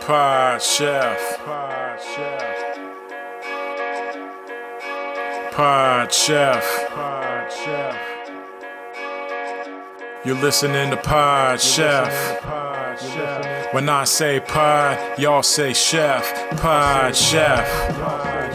Pod Chef. Pod Chef. Pod Chef. Pod Chef. You're listening to Pod Chef. When I say pod, y'all say chef. Pod Chef.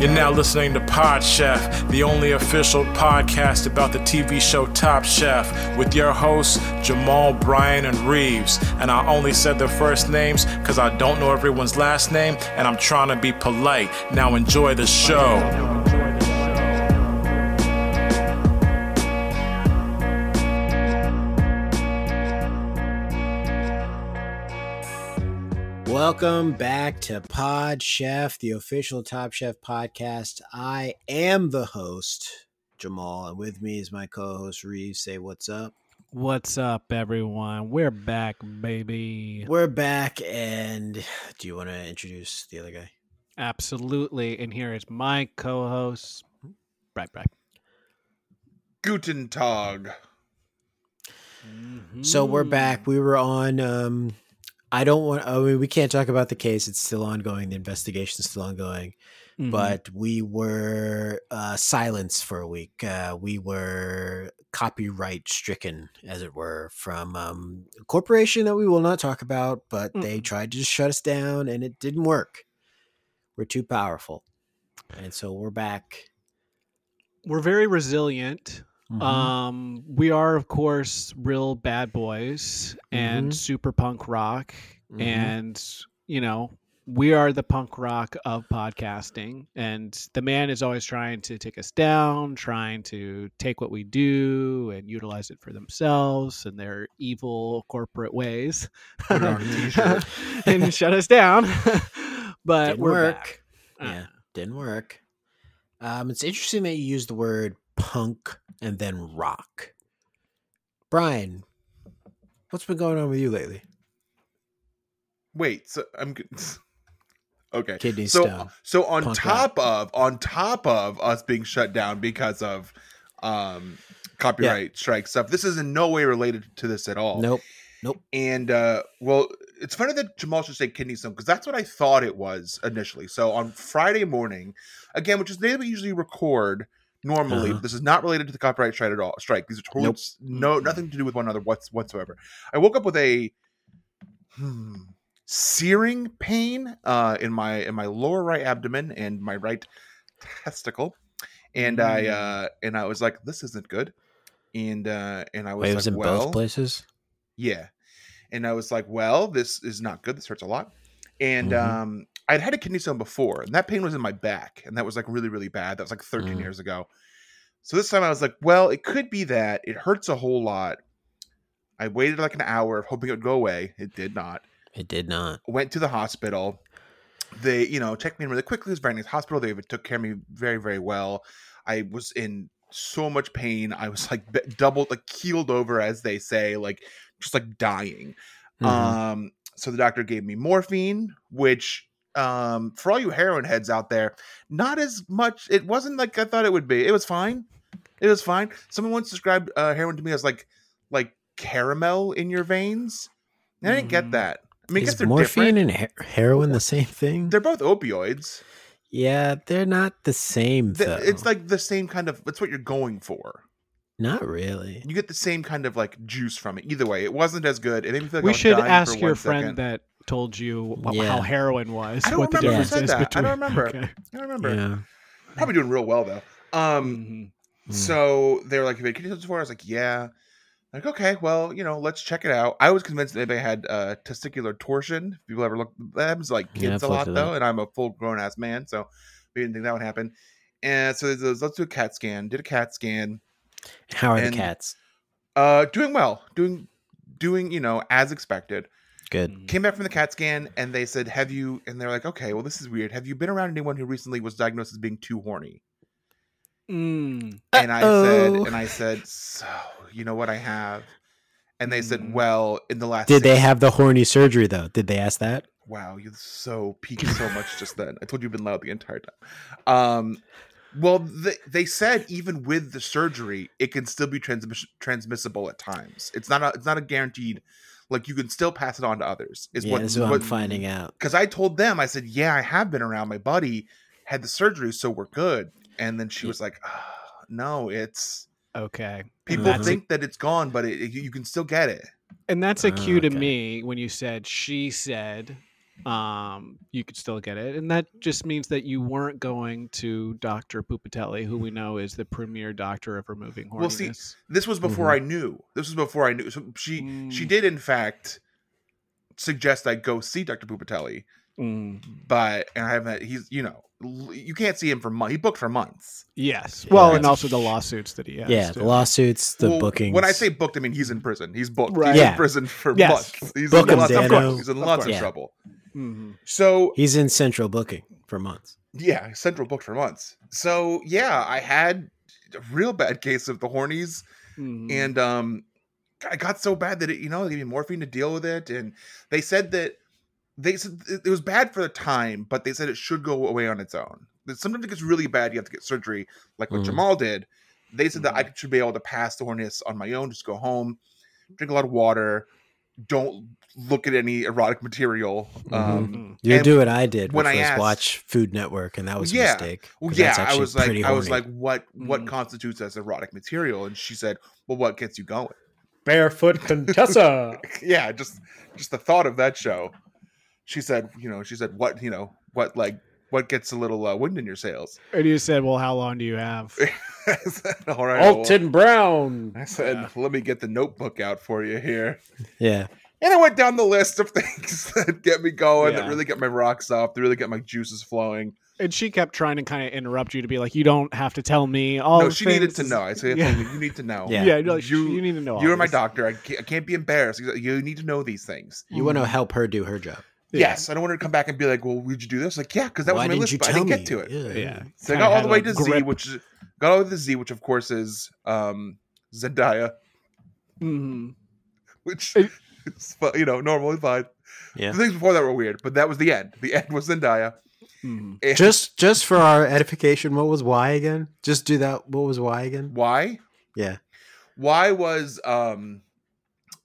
You're now listening to Pod Chef, the only official podcast about the TV show Top Chef, with your hosts Jamal, Bryan, and Reeves. And I only said their first names because I don't know everyone's last name, and I'm trying to be polite. Now enjoy the show. Welcome back to Pod Chef, the official Top Chef podcast. I am the host, Jamal, and with me is my co host, Reeves. Say what's up. What's up, everyone? We're back, baby. We're back, and do you want to introduce the other guy? Absolutely. And here is my co host, Bright Bright. Guten Tag. So we're back. We were on. Um, I don't want. I mean, we can't talk about the case. It's still ongoing. The investigation's still ongoing. Mhm. But we were uh, silenced for a week. Uh, we were copyright stricken, as it were, from um, a corporation that we will not talk about. But they Mm. tried to just shut us down, and it didn't work. We're too powerful, and so we're back. we're very resilient. Mm-hmm. Mhm. Um, we are, of course, real bad boys and Mm-hmm. Mhm. super punk rock. Mhm. And, you know, we are the punk rock of podcasting. And the man is always trying to take us down, trying to take what we do and utilize it for themselves and their evil corporate ways Put it on a t-shirt. and shut us down. but Didn't we're work. back. Yeah, didn't work. Um, it's interesting that you used the word punk and then rock. Brian, what's been going on with you lately? Wait, so I'm g- okay. Kidney so stone. so on Punk top of on top of us being shut down because of um copyright strike stuff, this is in no way related to this at all. Nope. And uh well, it's funny that Jamal should say kidney stone because that's what I thought it was initially. So on Friday morning, again, which is the day that we usually record normally, Uh-huh. this is not related to the copyright strike at all. Strike. These are totally Nope. s- no nothing to do with one another what's whatsoever. I woke up with a hmm, searing pain uh, in my in my lower right abdomen and my right testicle, and Mm. I uh, and I was like, this isn't good, and uh, and I was Waves like, in well, both places. yeah. And I was like, well, this is not good. This hurts a lot. And Mhm. um, I'd had a kidney stone before, and that pain was in my back. And that was like really, really bad. That was like 13 Mm. years ago. So this time I was like, well, it could be that. It hurts a whole lot. I waited like an hour hoping it would go away. It did not. It did not. Went to the hospital. They, you know, checked me in really quickly. It was a very nice hospital. They took care of me very, very well. I was in so much pain. I was like be- doubled, like keeled over, as they say, like just like dying. Mm-hmm. Mhm. Um, so the doctor gave me morphine, which um for all you heroin heads out there, not as much it wasn't like I thought it would be. It was fine. It was fine. Someone once described uh, heroin to me as like like caramel in your veins. And I didn't get Mhm. that. I mean, I guess Is they're morphine different. and he- heroin the same thing? They're both opioids. yeah, they're not the same Th- though. It's like the same kind of. It's what you're going for. not really. You get the same kind of like juice from it. Either way, it wasn't as good. It made me feel like I we was should dying for ask your one friend second. that told you wh- Yeah. how heroin was. I don't what the remember who difference said is that. I between. don't remember. Okay. I don't remember. Yeah. Probably doing real well though. Um, Mhm. Mm. So they were like, "Have you had kidney stones before?" I was like, "Yeah." Like, okay, well, you know, let's check it out. I was convinced that they had uh, testicular torsion. If people ever look, that happens to, like Yeah, kids I've a lot looked at though, and I'm a full grown ass man, so we didn't think that would happen. And so they said, let's do a CAT scan. Did a CAT scan. How are and- the cats? Uh, doing well, doing, doing, you know, as expected. Good. Mhm. Came back from the CAT scan, and they said, "Have you?" And they're like, "Okay, well, this is weird. Have you been around anyone who recently was diagnosed as being too horny?" Mm. and I said, Uh-oh. and I said, so you know what I have, And they said, "Well, in the last Mm. Did they six- have the horny surgery though? Did they ask that? Wow, you so peaked so much just then. I told you you've been loud the entire time. Um, well, they, they said even with the surgery, it can still be transmis- transmissible at times. It's not a it's not a guaranteed. Like you can still pass it on to others. Is yeah, what, that's what, what I'm finding out. Because I told them, I said, "Yeah, I have been around. My buddy had the surgery, so we're good." And then she was like, "Ah, "No, it's Okay. people that's a- think that it's gone, but it, you you can still get it." And that's a Ah, cue to okay. me when you said she said um you could still get it and that just means that you weren't going to Dr. Pupatelli who we know is the premier doctor of removing horniness. Well, see, this was before I knew. This was before I knew. So she she Mm-hmm. Mm. did in fact suggest I go see Dr. Pupatelli, Mm. but and I haven't. He's you know l- you can't see him for months. He booked for months. Yes. Yeah. Well, and also the lawsuits that he has. yeah, the too. lawsuits, the Well, bookings. When I say booked, I mean he's in prison. He's booked. Right. He's Yeah. in prison for Yes. months. He's Book in him, lots of Dano. trouble. He's in Of lots of course. trouble. Mhm. So he's in central booking for months. yeah, Central booked for months. So yeah, I had a real bad case of the hornies. Mhm. Mm-hmm. and um i got so bad that it you know they gave me morphine to deal with it and they said that they said it it was bad for the time but they said it should go away on its own That sometimes it gets really bad you have to get surgery like what Mhm. jamal did they said that Mm-hmm. i should be able to pass the horniness on my own just go home drink a lot of water don't look at any erotic material Mm-hmm. um Mhm. You And do what I did, when which I was asked- watch Food Network, and that was Yeah. a mistake. Well, 'cause yeah, that's I actually was like, pretty I was horny. Mm-hmm. like, what what Mhm. constitutes as erotic material? And she said, well, what gets you going? Barefoot Contessa. yeah, just just the thought of that show. She said, you know, she said, what, you know, what like what gets a little uh, wind in your sails? And you said, "Well, how long do you have?" I said, All right, well," Alton Brown. I said, let me get the notebook out for you here. yeah, And I went down the list of things that get me going, that Yeah. really get my rocks off, that really get my juices flowing. And she kept trying to kind of interrupt you to be like, "You don't have to tell me all." no, the she needed to things." know. I said, Yeah. "Athena, you need to know. Yeah. Yeah, you're like, You- you, you need to know. all You're my this." doctor. I can't, I can't be embarrassed. She's like, You need to know these things. you want to help her do her job. Yeah. Yes, I don't want her to come back and be like, "Well, would you do this?" Like, yeah, because that Why was my didn't list, you but tell I didn't me? get to it. Yeah. So I Kinda got all had the a way to Z, grip. which is- got all the way to Z, which of course is um Zendaya, Mhm. which It- is fu- you know normally fine. Yeah. The things before that were weird, but that was the end. The end was Zendaya. Mhm. And Just, just for our edification, what was Y again? Just do that. What was Y again? why? Yeah. Why was um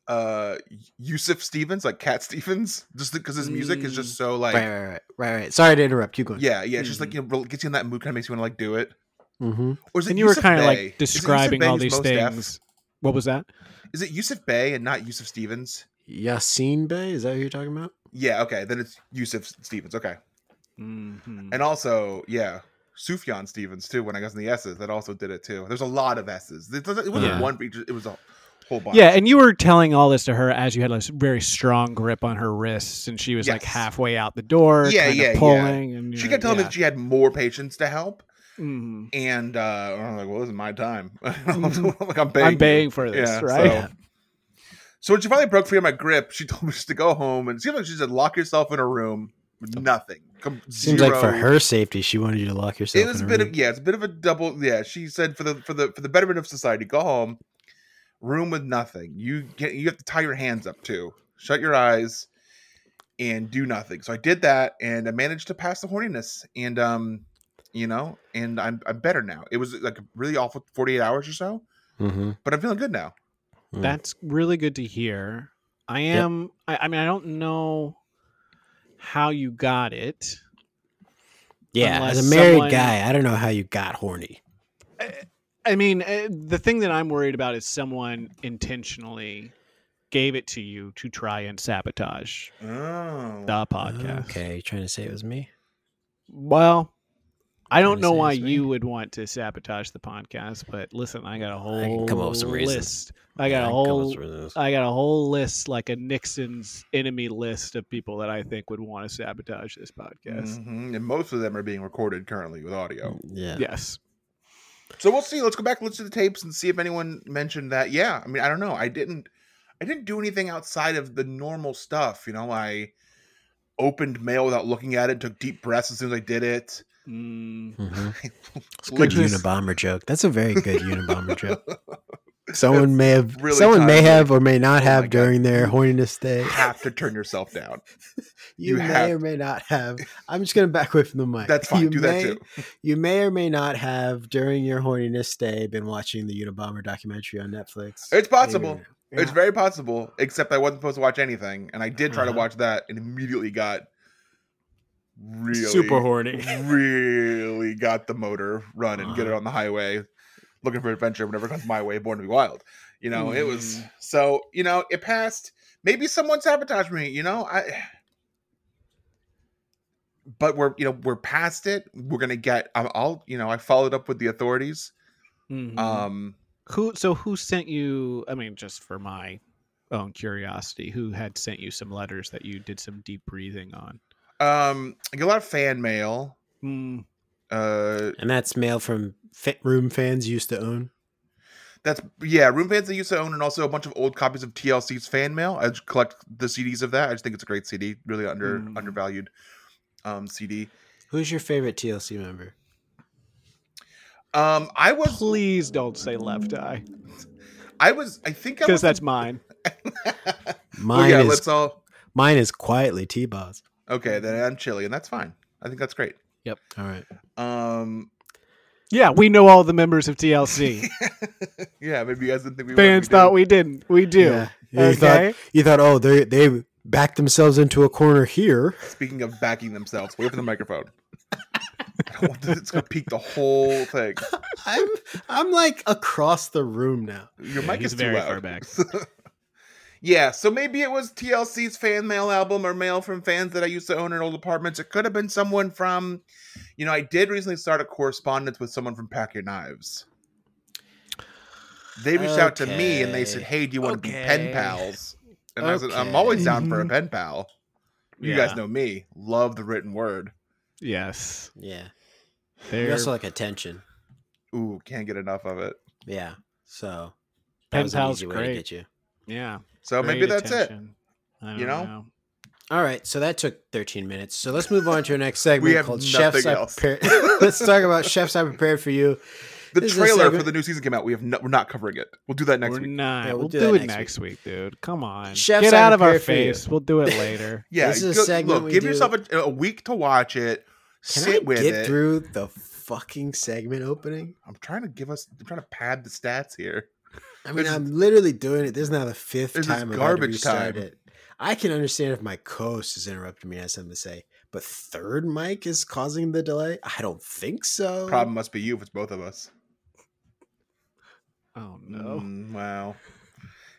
uh Yusuf Stevens like Cat Stevens? Just because his music is just Mm. so like. right, right, right, right, right. Sorry to interrupt. Keep going. Yeah, yeah, it's just like you know, gets you in that mood, kind of makes you want to like do it. Mm-hmm. Or is it And you were Yusuf kind of Bey? Is like it Yusuf describing Bey all who's these most deaf? things. What was that? Is it Yusuf Bey and not Yusuf Stevens? Yassine Bey, is that who you're talking about? Yeah, okay, then it's Yusuf Stevens. Okay, Mhm. And also, yeah, Sufjan Stevens too. When I was in the S's, that also did it too. There's a lot of S's. It doesn't- it wasn't Yeah. one feature; it was a whole bunch. Yeah, and you were telling all this to her as you had a very strong grip on her wrists, and she was like Yes. halfway out the door, Yeah, yeah, yeah, yeah. pulling. And she kept telling me that she had more patients to help, hmm and uh, I'm like, "Well, this is my time. I'm like, I'm paying. I'm you. paying for this, Yeah, right? So. so when she finally broke free of my grip, she told me just to go home, and it seemed like she said, "Lock yourself in a room, with nothing." Com- Seems like for zero- her safety, she wanted you to lock yourself. it was a in bit room. of yeah, it's a bit of a double yeah. She said for the for the for the betterment of society, go home, room with nothing. You get you have to tie your hands up too, shut your eyes, and do nothing. So I did that, and I managed to pass the horniness, and um, you know, and I'm I'm better now. It was like a really awful 48 hours or so, Mhm. but I'm feeling good now. Mm. That's really good to hear. I Yep. am. I, I mean, I don't know how you got it. Yeah, as a Unless married someone- guy, I don't know how you got horny. I mean, eh, the thing that I'm worried about is someone intentionally gave it to you to try and sabotage Oh, the podcast. Okay, you trying to say it was me? Well, I Wanna don't know say why it's me? you would want to sabotage the podcast, but listen, I got a whole can come up with some reasons. list. I got a whole I got a whole list like a Nixon's enemy list of people that I think would want to sabotage this podcast. Mhm, And most of them are being recorded currently with audio. Yeah. Yes. So we'll see. Let's go back, listen to the tapes, and see if anyone mentioned that. Yeah, I mean, I don't know. I didn't, I didn't do anything outside of the normal stuff. You know, I opened mail without looking at it, took deep breaths as soon as I did it. Mm. Mhm. It's a Like good this- Unabomber joke. That's a very good Unabomber joke. Someone may have, really someone may timely. have or may not Oh my have God. during their You horniness day. You have to turn yourself down. You, you may have or may not have. I'm just going to back away from the mic. That's fine. You Do may- that too. You may or may not have during your horniness day been watching the Unabomber documentary on Netflix. It's possible. Maybe- It's very possible. Except I wasn't supposed to watch anything, and I did try to Uh-huh. watch that, and immediately got really Super horny. Uh-huh. really got the motor running, get it on the highway, looking for adventure whenever it comes my way, born to be wild. You know, it was Mm. so, you know, it passed. Maybe someone sabotaged me, you know. I but we're you know, we're past it. We're gonna get I'll- I'll you know, I followed up with the authorities. Mm-hmm. Mhm. Um who? So who sent you? I mean, just for my own curiosity, who had sent you some letters that you did some deep breathing on? um I get a lot of fan mail. Mm, Uh And that's mail from Fit Room fans used to own. that's yeah, room fans they used to own, and also a bunch of old copies of TLC's fan mail. I just collect the CDs of that. I just think it's a great CD, really under Mm. undervalued um CD. Who's your favorite TLC member? Um I was please don't say left eye I was I think I because was that's mine. Mine well, yeah, is let's all mine is quietly T Boz. okay, then I'm chilly, and that's fine. I think that's great. All right. Um Yeah, we know all the members of TLC. yeah, maybe you guys didn't think we Fans would, we thought we didn't. We do. Yeah. You Okay. thought you thought oh they they backed themselves into a corner here. did. speaking of backing themselves, wait for the microphone. I don't want this, it's gonna peak the whole thing. I'm I'm like across the room now. Your Yeah, mic he's is too very loud. far back. yeah, so maybe it was TLC's fan mail album or mail from fans that I used to own in old apartments. It could have been someone from, you know, I did recently start a correspondence with someone from Pack Your Knives. They reached out to me and they said, Okay. "Hey, do you want to be pen Okay. pals?" And I said, "I'm Okay. always down for a Mhm. pen pal." You Yeah. guys know me, love the written word. Yes. Yeah. You They're also like attention. Ooh, can't get enough of it. Yeah. So Pen was an pal's easy way to great. get you. yeah. So maybe that's it. it. I You don't know? All right, so that took 13 minutes. So let's move on to our next segment We have called nothing Chefs I else. Prepared. let's talk about Chefs I Prepared for You. The This is a trailer for segment- the new season came out. We have no, we're not covering it. We'll do that next We're week. not. Yeah, we'll, do, it next, week. dude. Come on. Chef's Get out on of our here for you. face. We'll do it later. Yeah, This is a go- segment look, we give do- yourself a, a week to watch it. Can sit I with get it. through the fucking segment opening? I'm trying to give us. I'm trying to pad the stats here. I mean, This is- I'm literally doing it. This is now the fifth This is time I've had to garbage restart time. it. I can understand if my co-host has interrupted me and has something to say, but third mic is causing the delay. I don't think so. Problem must be you if it's both of us. Oh no. Mm, wow.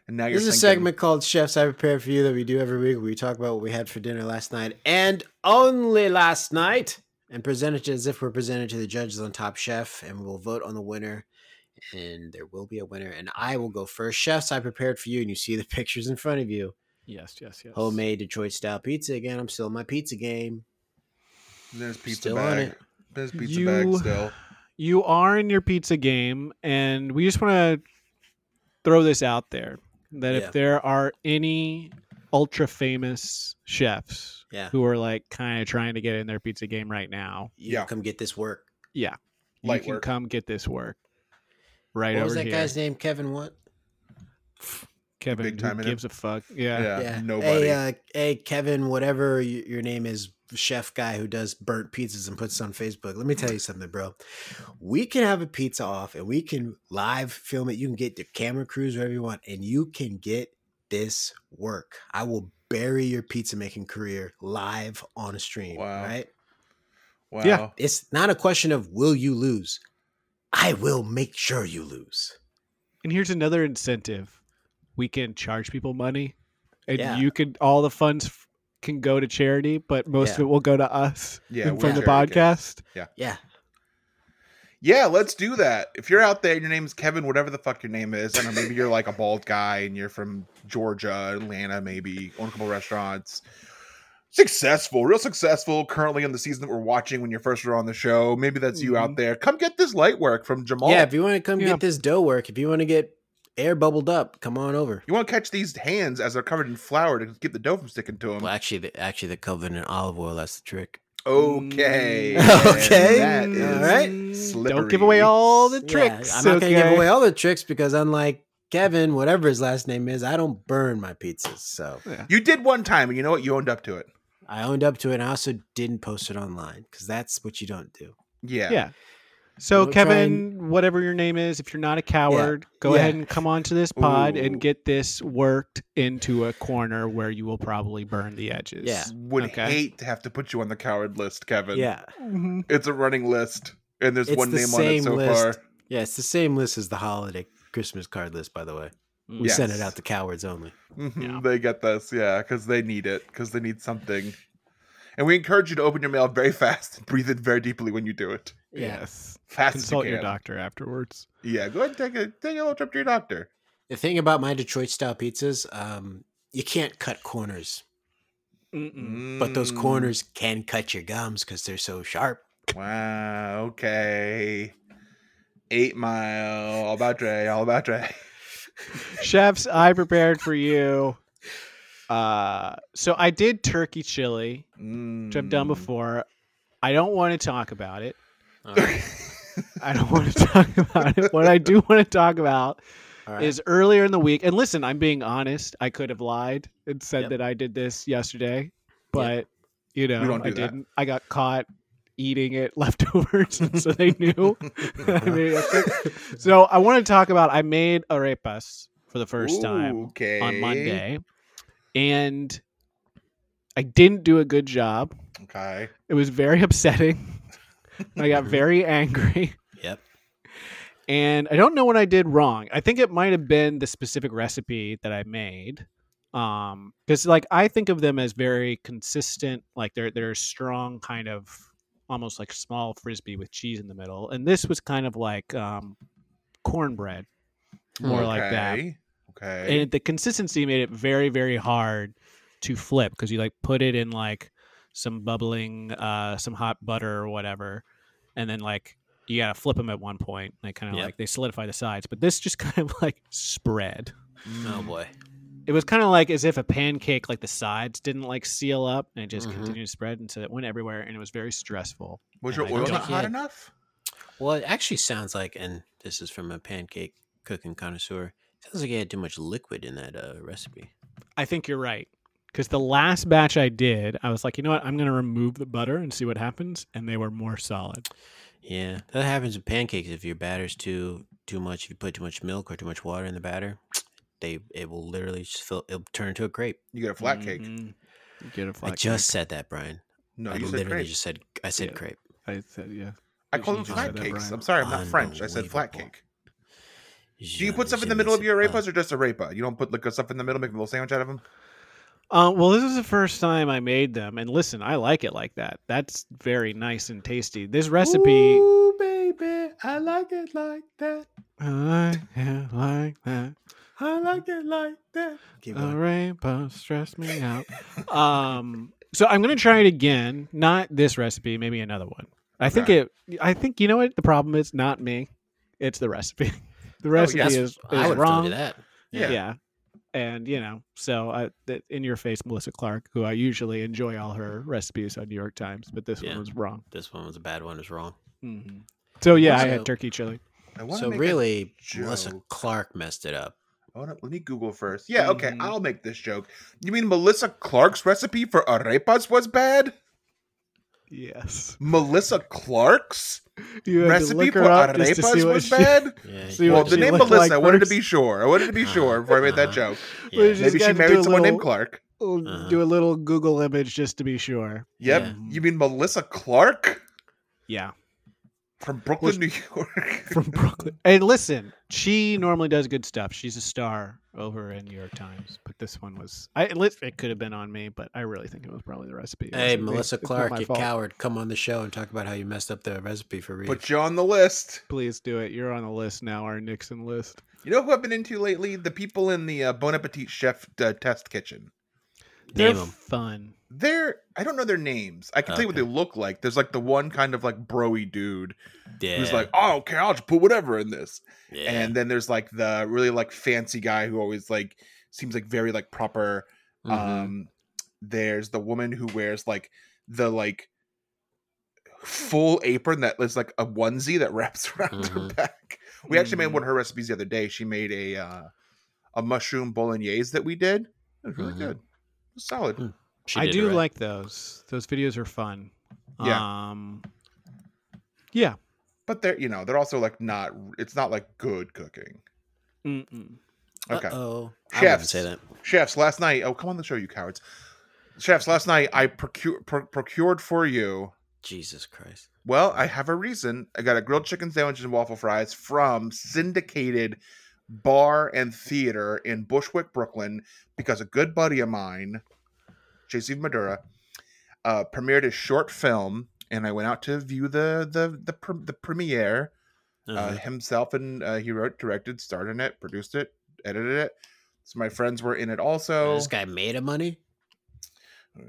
And now This you're is a thinking- segment called Chefs I Prepared for You that we do every week. We talk about what we had for dinner last night and only last night and present it as if we're presented to the judges on Top Chef and we'll vote on the winner. And there will be a winner. And I will go first. Chefs I Prepared for You. And you see the pictures in front of you. Yes, yes, yes. Homemade Detroit style pizza again. I'm still in my pizza game. There's pizza Still on bag. it. There's pizza You- bag still. You are in your pizza game, and we just want to throw this out there that Yeah. if there are any ultra famous chefs Yeah. who are like kind of trying to get in their pizza game right now, You Yeah. come get this work. yeah, you Light can work. come get this work right what over was that here. guy's name? Kevin what? Kevin Big time who in it. gives a fuck. Yeah. Yeah, nobody. Hey, uh, hey, Kevin, whatever y- your name is, chef guy who does burnt pizzas and puts it on Facebook. Let me tell you something, bro. We can have a pizza off and we can live film it. You can get the camera crews wherever you want, and you can get this work. I will bury your pizza making career live on a stream. Wow. Right? wow. yeah. It's not a question of will you lose. I will make sure you lose. And here's another incentive: we can charge people money, and Yeah. you can all the funds f- can go to charity, but most of Yeah. it will go to us Yeah, and we're from the charity kids. podcast. Yeah. Yeah, let's do that. If you're out there, and your name's Kevin, whatever the fuck your name is. I don't know, maybe you're like a bald guy and you're from Georgia, Atlanta, maybe own a couple restaurants. Successful, real successful. Currently in the season that we're watching, when you're first were on the show, maybe that's you out Mhm. there. Come get this light work from Jamal. Mm-hmm. Yeah. If you want to come Yeah. get this dough work, if you want to get air bubbled up, come on over. You want to catch these hands as they're covered in flour to keep the dough from sticking to them. Well, actually, the, actually, the covered in olive oil. That's the trick. Okay. Mm. Okay. That All is right. Mm, slippery. Don't give away all the Yeah, tricks. I'm not going to give okay? away all the tricks because, unlike Kevin, whatever his last name is, I don't burn my pizzas. So You did one time, and you know what? You owned up to it. I owned up to it. And I also didn't post it online because that's what you don't do. Yeah. Yeah. So We'll try Kevin, whatever your name is, if you're not a coward, go Yeah. ahead and come onto this pod Ooh. and get this worked into a corner where you will probably burn the edges. Yeah. Would Okay. hate to have to put you on the coward list, Kevin. Yeah. Mhm. It's a running list, and there's It's one the name on it same so far. list. Yeah. It's the same list as the holiday Christmas card list, by the way. We Yes. sent it out to cowards only. Mhm, Yeah. They get this, yeah, because they need it, because they need something. And we encourage you to open your mail very fast and breathe in very deeply when you do it. Yes. Fast Consult as you your can. doctor afterwards. Yeah, go ahead and take a take a little trip to your doctor. The thing about my Detroit style pizzas, um, you can't cut corners, but those Mm, corners can cut your gums because they're so sharp. Wow. Okay. Eight mile. All about Dre. All about Dre. Chefs, I prepared for you. Uh, so I did turkey chili, Mm. which I've Hmm. done before. I don't want to talk about it. All I don't want to talk about it. What I do want to talk about All right. is earlier in the week. And listen, I'm being honest. I could have lied and said Yep. that I did this yesterday, but you know, don't I do that. didn't. I got caught eating it leftovers, and so they knew. I made a quick- so I want to talk about. I made arepas for the first time okay. on Monday, and I didn't do a good job. Okay. It was very upsetting. I got very angry. Yep. And I don't know what I did wrong. I think it might have been the specific recipe that I made. Um, because like I think of them as very consistent, like they're they're strong kind of almost like small frisbee with cheese in the middle. And this was kind of like um cornbread, more like that. Okay. Okay. And the consistency made it very, very hard to flip because you like put it in like some bubbling, uh, some hot butter or whatever, and then like you gotta flip them at one point. They kind of Yep. like they solidify the sides, but this just kind of like spread. Oh boy. It was kind of like as if a pancake, like the sides didn't like seal up, and it just Mhm. continued to spread, and so it went everywhere, and it was very stressful. Was your and I oil don't not hot get- enough? Well, it actually sounds like, and this is from a pancake cooking connoisseur. Sounds like you had too much liquid in that uh, recipe. I think you're right. Because the last batch I did, I was like, you know what? I'm going to remove the butter and see what happens. And they were more solid. Yeah, that happens with pancakes. If your batter's too too much, if you put too much milk or too much water in the batter, they it will literally just fill. It'll turn into a grape. You get a flat cake. Mhm. You get a flat I just said that, Brian. No, I you literally said grape. just said I said Yeah. crepe. cake. I said yeah. I call them You just said flat that, cakes. Brian. I'm sorry, I'm not French. I said flat Unbelievable. cake. Do you put stuff in the middle of your Uh, arepas or just arepa? You don't put like stuff in the middle, make a little sandwich out of them. Uh, well, this is the first time I made them, and listen, I like it like that. That's very nice and tasty. This recipe, Ooh, baby, I like it like that. I am like that. I like it like that. Keep A going. rainbow stress me out. um, so I'm gonna try it again. Not this recipe, maybe another one. I think Okay. it. I think you know what the problem is. Not me. It's the recipe. The recipe yes. is, Oh, I would have is told wrong. you that. Yeah. yeah. And you know, so I, th- in your face, Melissa Clark, who I usually enjoy all her recipes on New York Times, but this Yeah. Mm-hmm. one was wrong. This one was a bad one. It was wrong. So yeah, I So- had turkey chili. I want So to really, Melissa joke. Clark messed it up. I wanna, let me Google first. Yeah, okay, Mhm. I'll make this joke. You mean Melissa Clark's recipe for arepas was bad? Yes, Melissa Clark's you had to recipe look for her up just to see arepas what was she- bad? Yeah. See Well, what the she name looked Melissa, like I wanted to first. be sure. I wanted to be Uh-huh, sure before I made that uh-huh. joke. yeah. Well, just Maybe she gotta do married a someone named little- Clark. Uh-huh. Oh, Do a little Google image just to be sure. Yep. Yeah. You mean Melissa Clark Yeah, from Brooklyn, Was- New York? from Brooklyn. And listen, she normally does good stuff. She's a star over in New York Times, but this one was. I it could have been on me, but I really think it was probably the recipe. It Hey, wasn't me. Melissa It's not Clark, my you fault. coward, come on the show and talk about how you messed up the recipe for Reed. Put you on the list. Please do it. You're on the list now. Our Nixon list. You know who I've been into lately? The people in the uh, Bon Appetit Chef uh, Test Kitchen. They're Name 'em. fun. They're I don't know their names. I can tell you what they Okay. look like. There's like the one kind of like broy dude Yeah. who's like, oh, okay, I'll just put whatever in this. yeah. And then there's like the really like fancy guy who always like seems like very like proper. Mhm. Um, there's the woman who wears like the like full apron that is like a onesie that wraps around her Mhm. back. We actually made Mm. one of her recipes the other day. She made a uh, a mushroom bolognese that we did. It was really Mhm. good. It was solid. She I did do right. like those. Those videos are fun. Yeah. Um, yeah. But they're you know, they're also like not it's not like good cooking. Mm-mm. Okay. Oh, I wouldn't Chefs. say that. Chefs, last night, oh come on the show, you cowards. Chefs, last night I procure, pro- procured for you. Jesus Christ. Well, I have a reason. I got a grilled chicken sandwich and waffle fries from syndicated bar and theater in Bushwick, Brooklyn, because a good buddy of mine, JC Madura, uh, premiered his short film, and I went out to view the the the, pre- the premiere Mm-hmm. uh, Uh-huh. himself and uh, he wrote, directed, starred in it, produced it, edited it. So my friends were in it also. this guy made a money.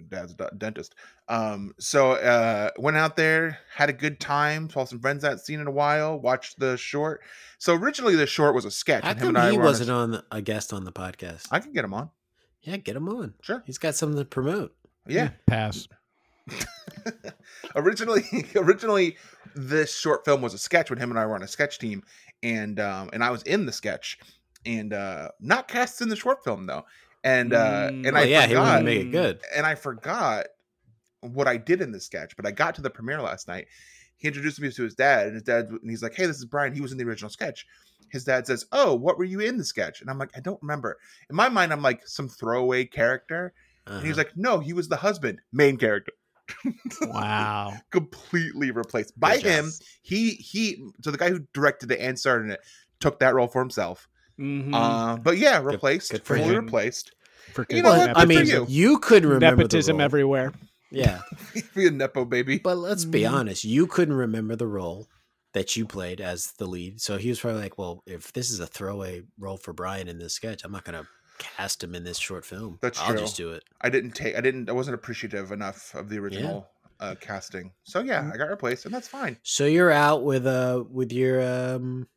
Dad's a do- dentist. Um, so uh, went out there, had a good time, saw some friends I hadn't seen in a while, watched the short. So originally, the short was a sketch. How and him come and I he were on a- wasn't on the, a guest on the podcast? I can get him on. yeah, get him on. Sure. He's got something to promote. Yeah. Pass. originally, originally, this short film was a sketch when him and I were on a sketch team, and um, and I was in the sketch, and uh, not cast in the short film though. And uh, Mm, and oh, I yeah, he wanted forgot to make it good. and I forgot what I did in the sketch, but I got to the premiere last night. He introduced me to his dad, and his dad, and he's like, "Hey, this is Brian. He was in the original sketch." His dad says, "Oh, what were you in the sketch?" And I'm like, "I don't remember." In my mind, I'm like some throwaway character, and he's Uh-huh. like, "No, he was the husband, main character, Wow. completely replaced by Good job. him." He he. So the guy who directed it and starred in it took that role for himself. Mhm. Uh, but yeah, replaced, Hmm. good for fully him. replaced. For you know kids, what? I Good for mean, you. you. couldn't remember the nepotism role. everywhere. Yeah, Be a nepo baby. but let's be Mm. honest. You couldn't remember the role that you played as the lead, so he was probably like, "Well, if this is a throwaway role for Brian in this sketch, I'm not going to cast him in this short film. That's I'll true. just do it." I didn't take I didn't I wasn't appreciative enough of the original uh, casting. So Mm-hmm. yeah, I got replaced and that's fine. So you're out with uh with your um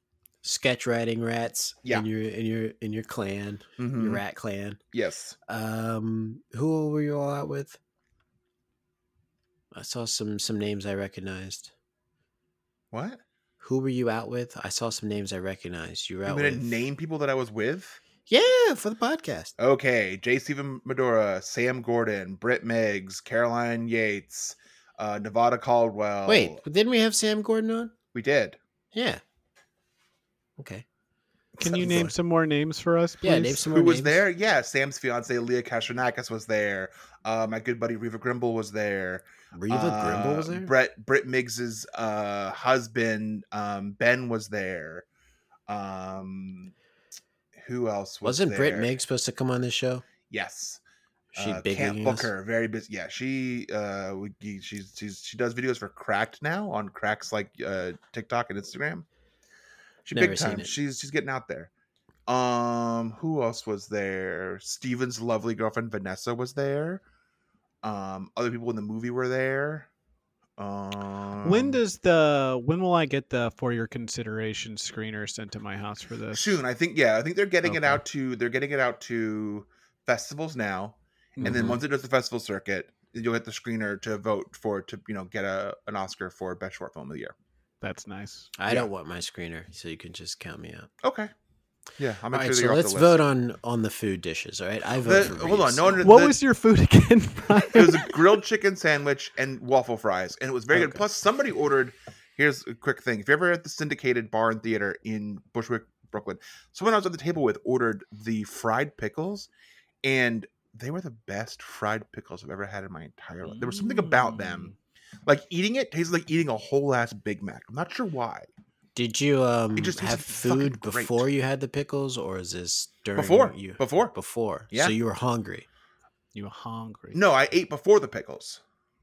sketch writing rats Yeah. in Mm-hmm. your in your in your clan, your rat clan. Yes. Um who were you all out with? I saw some some names I recognized. What? Who were you out with? I saw some names I recognized. You were I'm out gonna with name people that I was with. Yeah, for the podcast. Okay, J. Stephen Medora, Sam Gordon, Britt Miggs, Caroline Yates, uh, Nevada Caldwell. Wait, didn't we have Sam Gordon on? we did. Yeah. Okay. Can Sounds you name like- some more names for us, please? Yeah, name some more Who was names. there? Yeah, Sam's fiance Leah Kashranakis was there. Uh, my good buddy Reva Grimble was there. Reva Grimble was Uh, there? Brett Britt Miggs's uh, husband um, Ben was there. Um, who else was Wasn't Britt there? Meg supposed to come on this show? Yes, She uh, big Camp Booker, very busy. Yeah, she uh, we- she's she's she does videos for Cracked now on Cracks like uh, TikTok and Instagram. She Never big seen time. it. She's she's getting out there. Um, who else was there? Steven's lovely girlfriend Vanessa was there. Um, other people in the movie were there. Um, When does the when will I get the for your consideration screener sent to my house for this? soon? I think yeah, I think they're getting it Okay. out to they're getting it out to festivals now. and Mm-hmm. then Mhm. once it does the festival circuit you'll get the screener to vote for to you know get a an oscar for best short film of the year That's nice. I Yeah. don't want my screener, so you can just count me out. okay yeah i'm All right, sure so you're let's off the vote list. on on the food dishes. All right, I vote. The- for hold on Reeves. no one What the- was your food again, Brian? it was a grilled chicken sandwich and waffle fries and it was very good Okay. plus somebody ordered here's a quick thing if you're ever at the syndicated bar and theater in bushwick brooklyn someone i was at the table with ordered the fried pickles and they were the best fried pickles i've ever had in my entire life there was something about them Mm. Like eating it tastes like eating a whole ass Big Mac. I'm not sure why. Did you um It just tastes have fucking food great. before you had the pickles, or is this during Before, you? before. before. Yeah. So you were hungry. Mm. You were hungry? No, I ate before the pickles.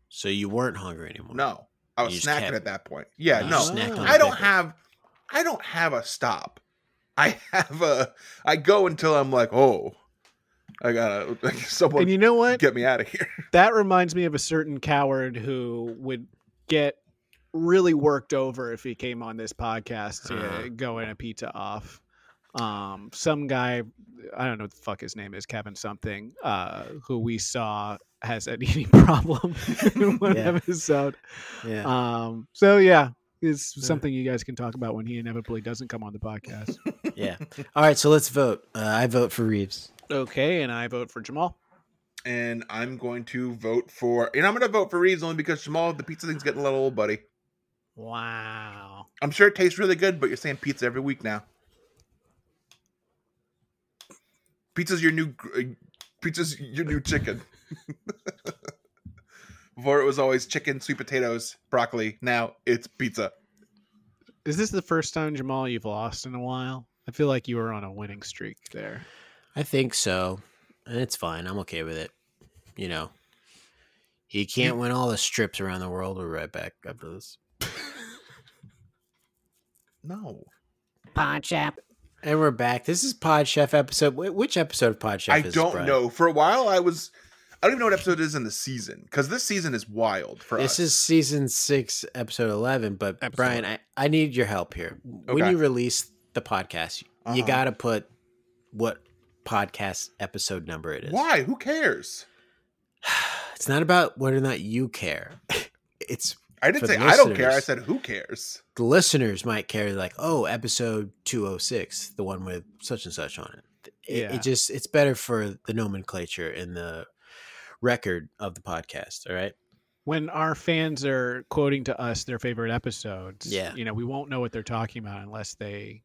So you weren't hungry anymore. No, I was You just snacking kept- at that point. Yeah, You no, snacked on I the don't pickles. have, I don't have a stop. I have a, I go until I'm like, oh, I gotta, someone And you know what? get me out of here. That reminds me of a certain coward who would get really worked over if he came on this podcast Uh-huh. to go in a pizza off. Um, some guy, I don't know what the fuck his name is, Kevin something, uh, who we saw has an eating problem in one Yeah. episode. Yeah. Um, so yeah, it's something you guys can talk about when he inevitably doesn't come on the podcast. Yeah. All right. So let's vote. Uh, I vote for Reeves. Okay, and I vote for Jamal. and I'm going to vote for. And I'm going to vote for Reeves only because Jamal, the pizza thing's getting a little old, buddy. Wow. I'm sure it tastes really good, but you're saying pizza every week now. Pizza's your new gr- uh, pizza's your new chicken. Before it was always chicken, sweet potatoes, broccoli. Now it's pizza. Is this the first time Jamal you've lost in a while? I feel like you were on a winning streak there. I think so. And it's fine. I'm okay with it. You know, he can't win all the strips around the world. We're right back after this. No, And we're back. This is Pod Chef episode. Wh- Which episode of Pod Chef I is this, don't Brian? know. For a while, I was. I don't even know what episode it is in the season because this season is wild for us. This is season six, episode 11. But Episode. Brian, I, I need your help here. When Okay. you release the podcast, Uh-huh. you got to put what podcast episode number it is. why. Who cares? It's not about whether or not you care. it's I didn't For say the I don't care. I listeners. said who cares. the listeners might care, like, oh, episode 206, the one with such and such on it. It, Yeah. it just, it's better for the nomenclature and the record of the podcast. All right. When our fans are quoting to us their favorite episodes, Yeah. you know, we won't know what they're talking about unless they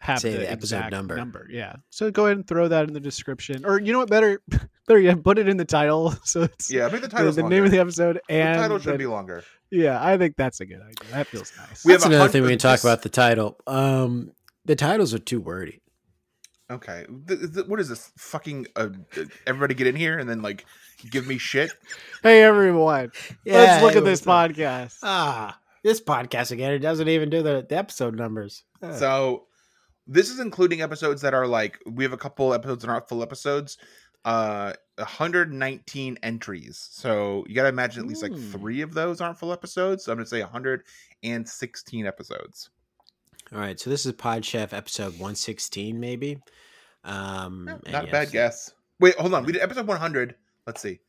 have Say the, the episode exact number. number. Yeah. So go ahead and throw that in the description, or you know what? Better, better yet, put it in the title. So it's Yeah, make the, the title. the name of the episode and title should the- be longer. Yeah, I think that's a good idea. That feels nice. We have That's a another thing we can hundred- talk this- about the title. Um, the titles are too wordy. Okay, th- th- what is this fucking? Uh, uh, everybody get in here and then like give me shit. hey everyone, let's look at this podcast. Ah, this podcast again. It doesn't even do the, the episode numbers. So this is including episodes that are like we have a couple episodes that aren't full episodes. Uh, 119 entries. So you gotta imagine at least like Ooh. three of those aren't full episodes. So I'm gonna say 116 episodes. All right, so this is Pod Chef episode one sixteen, maybe. Um, Yeah, and not a yes. bad guess. Wait, hold on. We did episode 100. Let's see.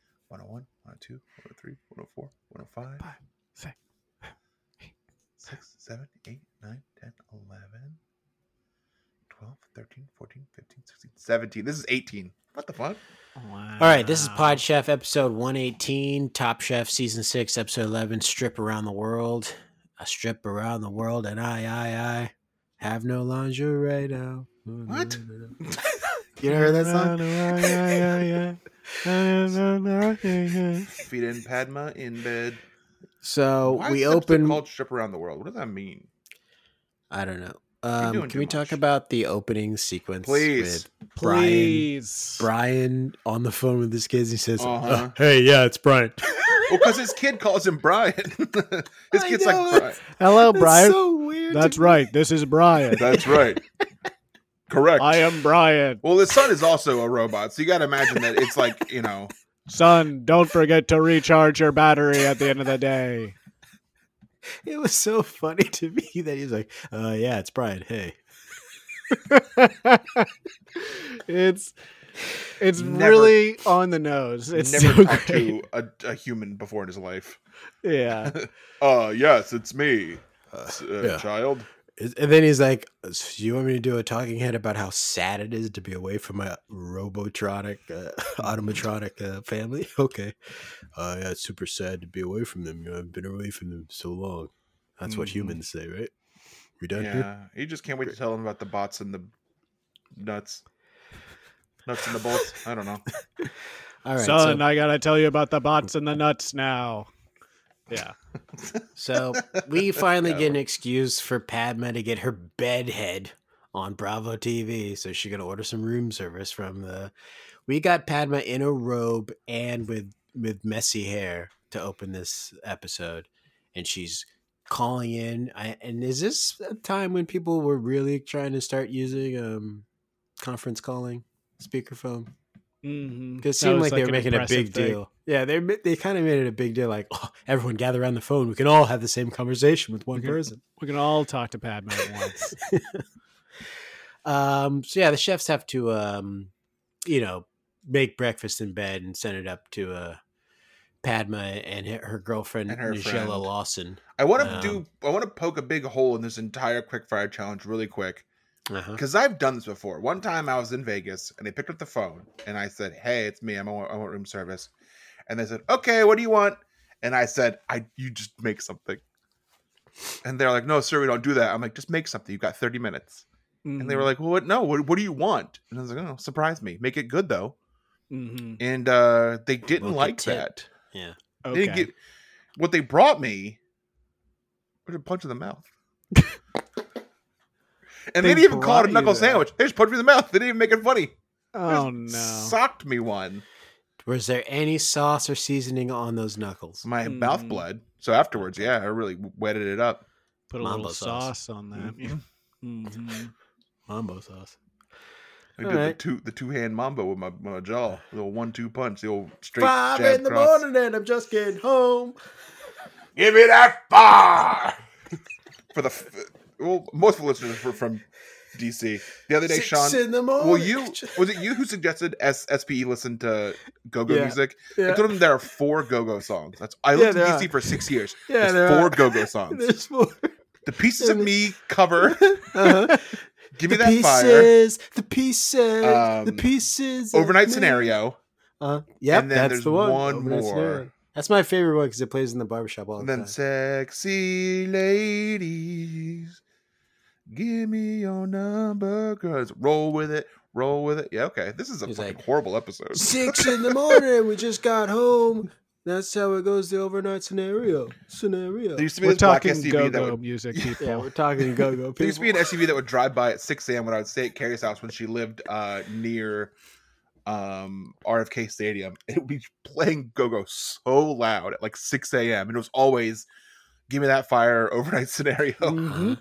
101, 102, 103, 104, 105, Five, six, six, seven, eight, nine, 10, 11, 12, 13, 14, 15, 16, 17. This is 18. What the fuck? Wow. All right, this is Pod Chef episode one eighteen, Top Chef season six, episode eleven, Strip Around the World. I strip around the world, and I, I, I have no lingerie now. What? You never heard that song? Feet in Padma in bed. So Why is Oh, we the episode open. called Strip Around the World. What does that mean? I don't know. doing Um, too can we talk much. about the opening sequence? Please. with Brian, Please. Brian on the phone with his kids. He says, Uh-huh. "Uh, "Hey, yeah, it's Brian." Well, because Oh, his kid calls him Brian. his I kid's know, like Brian. it's- Hello, That's Brian. so weird. That's right. This is Brian. That's right. Correct. I am Brian. well, his son is also a robot, so you gotta imagine that it's like you know. Son, don't forget to recharge your battery at the end of the day. it was so funny to me that he's like, "Uh, yeah, it's Brian." Hey, it's it's Never- really on the nose. It's so never talked great. to a, a human before in his life. Yeah. Uh, yes, it's me, Uh, s- uh, yeah. child. and then he's like, "So "You want me to do a talking head about how sad it is to be away from my robotronic, uh, automatronic uh, family?" Okay, uh, yeah, it's super sad to be away from them. You know, I've been away from them so long. That's what Mhm. humans say, right? We done here. Yeah, you just can't wait to tell him about the bots and the nuts, nuts and the bolts. I don't know. All right, Son, so- I gotta tell you about the bots and the nuts now. Yeah. So we finally Yeah. get an excuse for Padma to get her bedhead on Bravo TV. So she can order some room service from the. We got Padma in a robe and with with messy hair to open this episode, and she's calling in. I, and is this a time when people were really trying to start using um conference calling speakerphone? Mm-hmm. It seemed like, they were making a big deal. Yeah, they ma- they kind of made it a big deal. Like, oh, everyone gather around the phone. We can all have the same conversation with one Okay. person. We can all talk to Padma at once. Um, so yeah, the chefs have to, um, you know, make breakfast in bed and send it up to uh, Padma and her her girlfriend And her Nigella friend. Lawson. I want to Um, do. I want to poke a big hole in this entire quick fire challenge really quick. Uh-huh. because I've done this before. One time I was in Vegas and they picked up the phone and I said, "Hey, it's me. I'm, I want, I want room service," and they said, "Okay, what do you want?" And I said, "I you just make something." And they're like, "No, sir, we don't do that." I'm like, "Just make something. You've got 30 minutes." And Mm, Mm-hmm. they were like, "Well, what? No, what, what do you want?" And I was like, "Oh, surprise me. Make it good though." mm-hmm. And uh, they didn't We'll get like tip. that. Yeah. They okay. didn't get what they brought me. Was a punch in the mouth. and they, They didn't even call it brought a you knuckle that. sandwich. They just punched me in the mouth. They didn't even make it funny. oh Just no. Socked me one. Was there any sauce or seasoning on those knuckles? My Mm. mouth bled. So afterwards, yeah, I really wetted it up. Put a Mambo little sauce. sauce, on that. Mm-hmm. Mhm. Mambo sauce. I All did right. the two the two hand mambo with my, my jaw. The little one two punch. The old straight Five jab in the cross. morning and I'm just getting home. Give me that bar. For the f- well, most of the listeners were from DC. The other day, Six Sean, in the morning. Well, you was it you who suggested S- SPE listen to go go Yeah. music? I Yeah, told him there are four go go songs. That's I Yeah, lived there in DC for six years. yeah, There's there four are- go go songs. There's four. The pieces of me cover. Uh-huh. Give the me that fire. pieces, the pieces, the Um, pieces. of Overnight me. scenario. Uh, yep, and then that's there's the one. one Overnight more. scenario. That's my favorite one because it plays in the barbershop all the And then time. sexy ladies. Give me your number, girls. Roll with it. Roll with it. Yeah, okay. This is a He's fucking like, horrible episode. Six in the morning, we just got home. That's how it goes. The overnight scenario, scenario. There used to be We're this black talking SUV go that would go music, people. yeah, we're talking go-go There used to be an people. SUV that would drive by at 6 a.m. when I would stay at Carrie's house when she lived uh, near um, RFK Stadium. It would be playing Go Go so loud at like 6 a.m. And it was always, give me that fire overnight scenario. Mhm.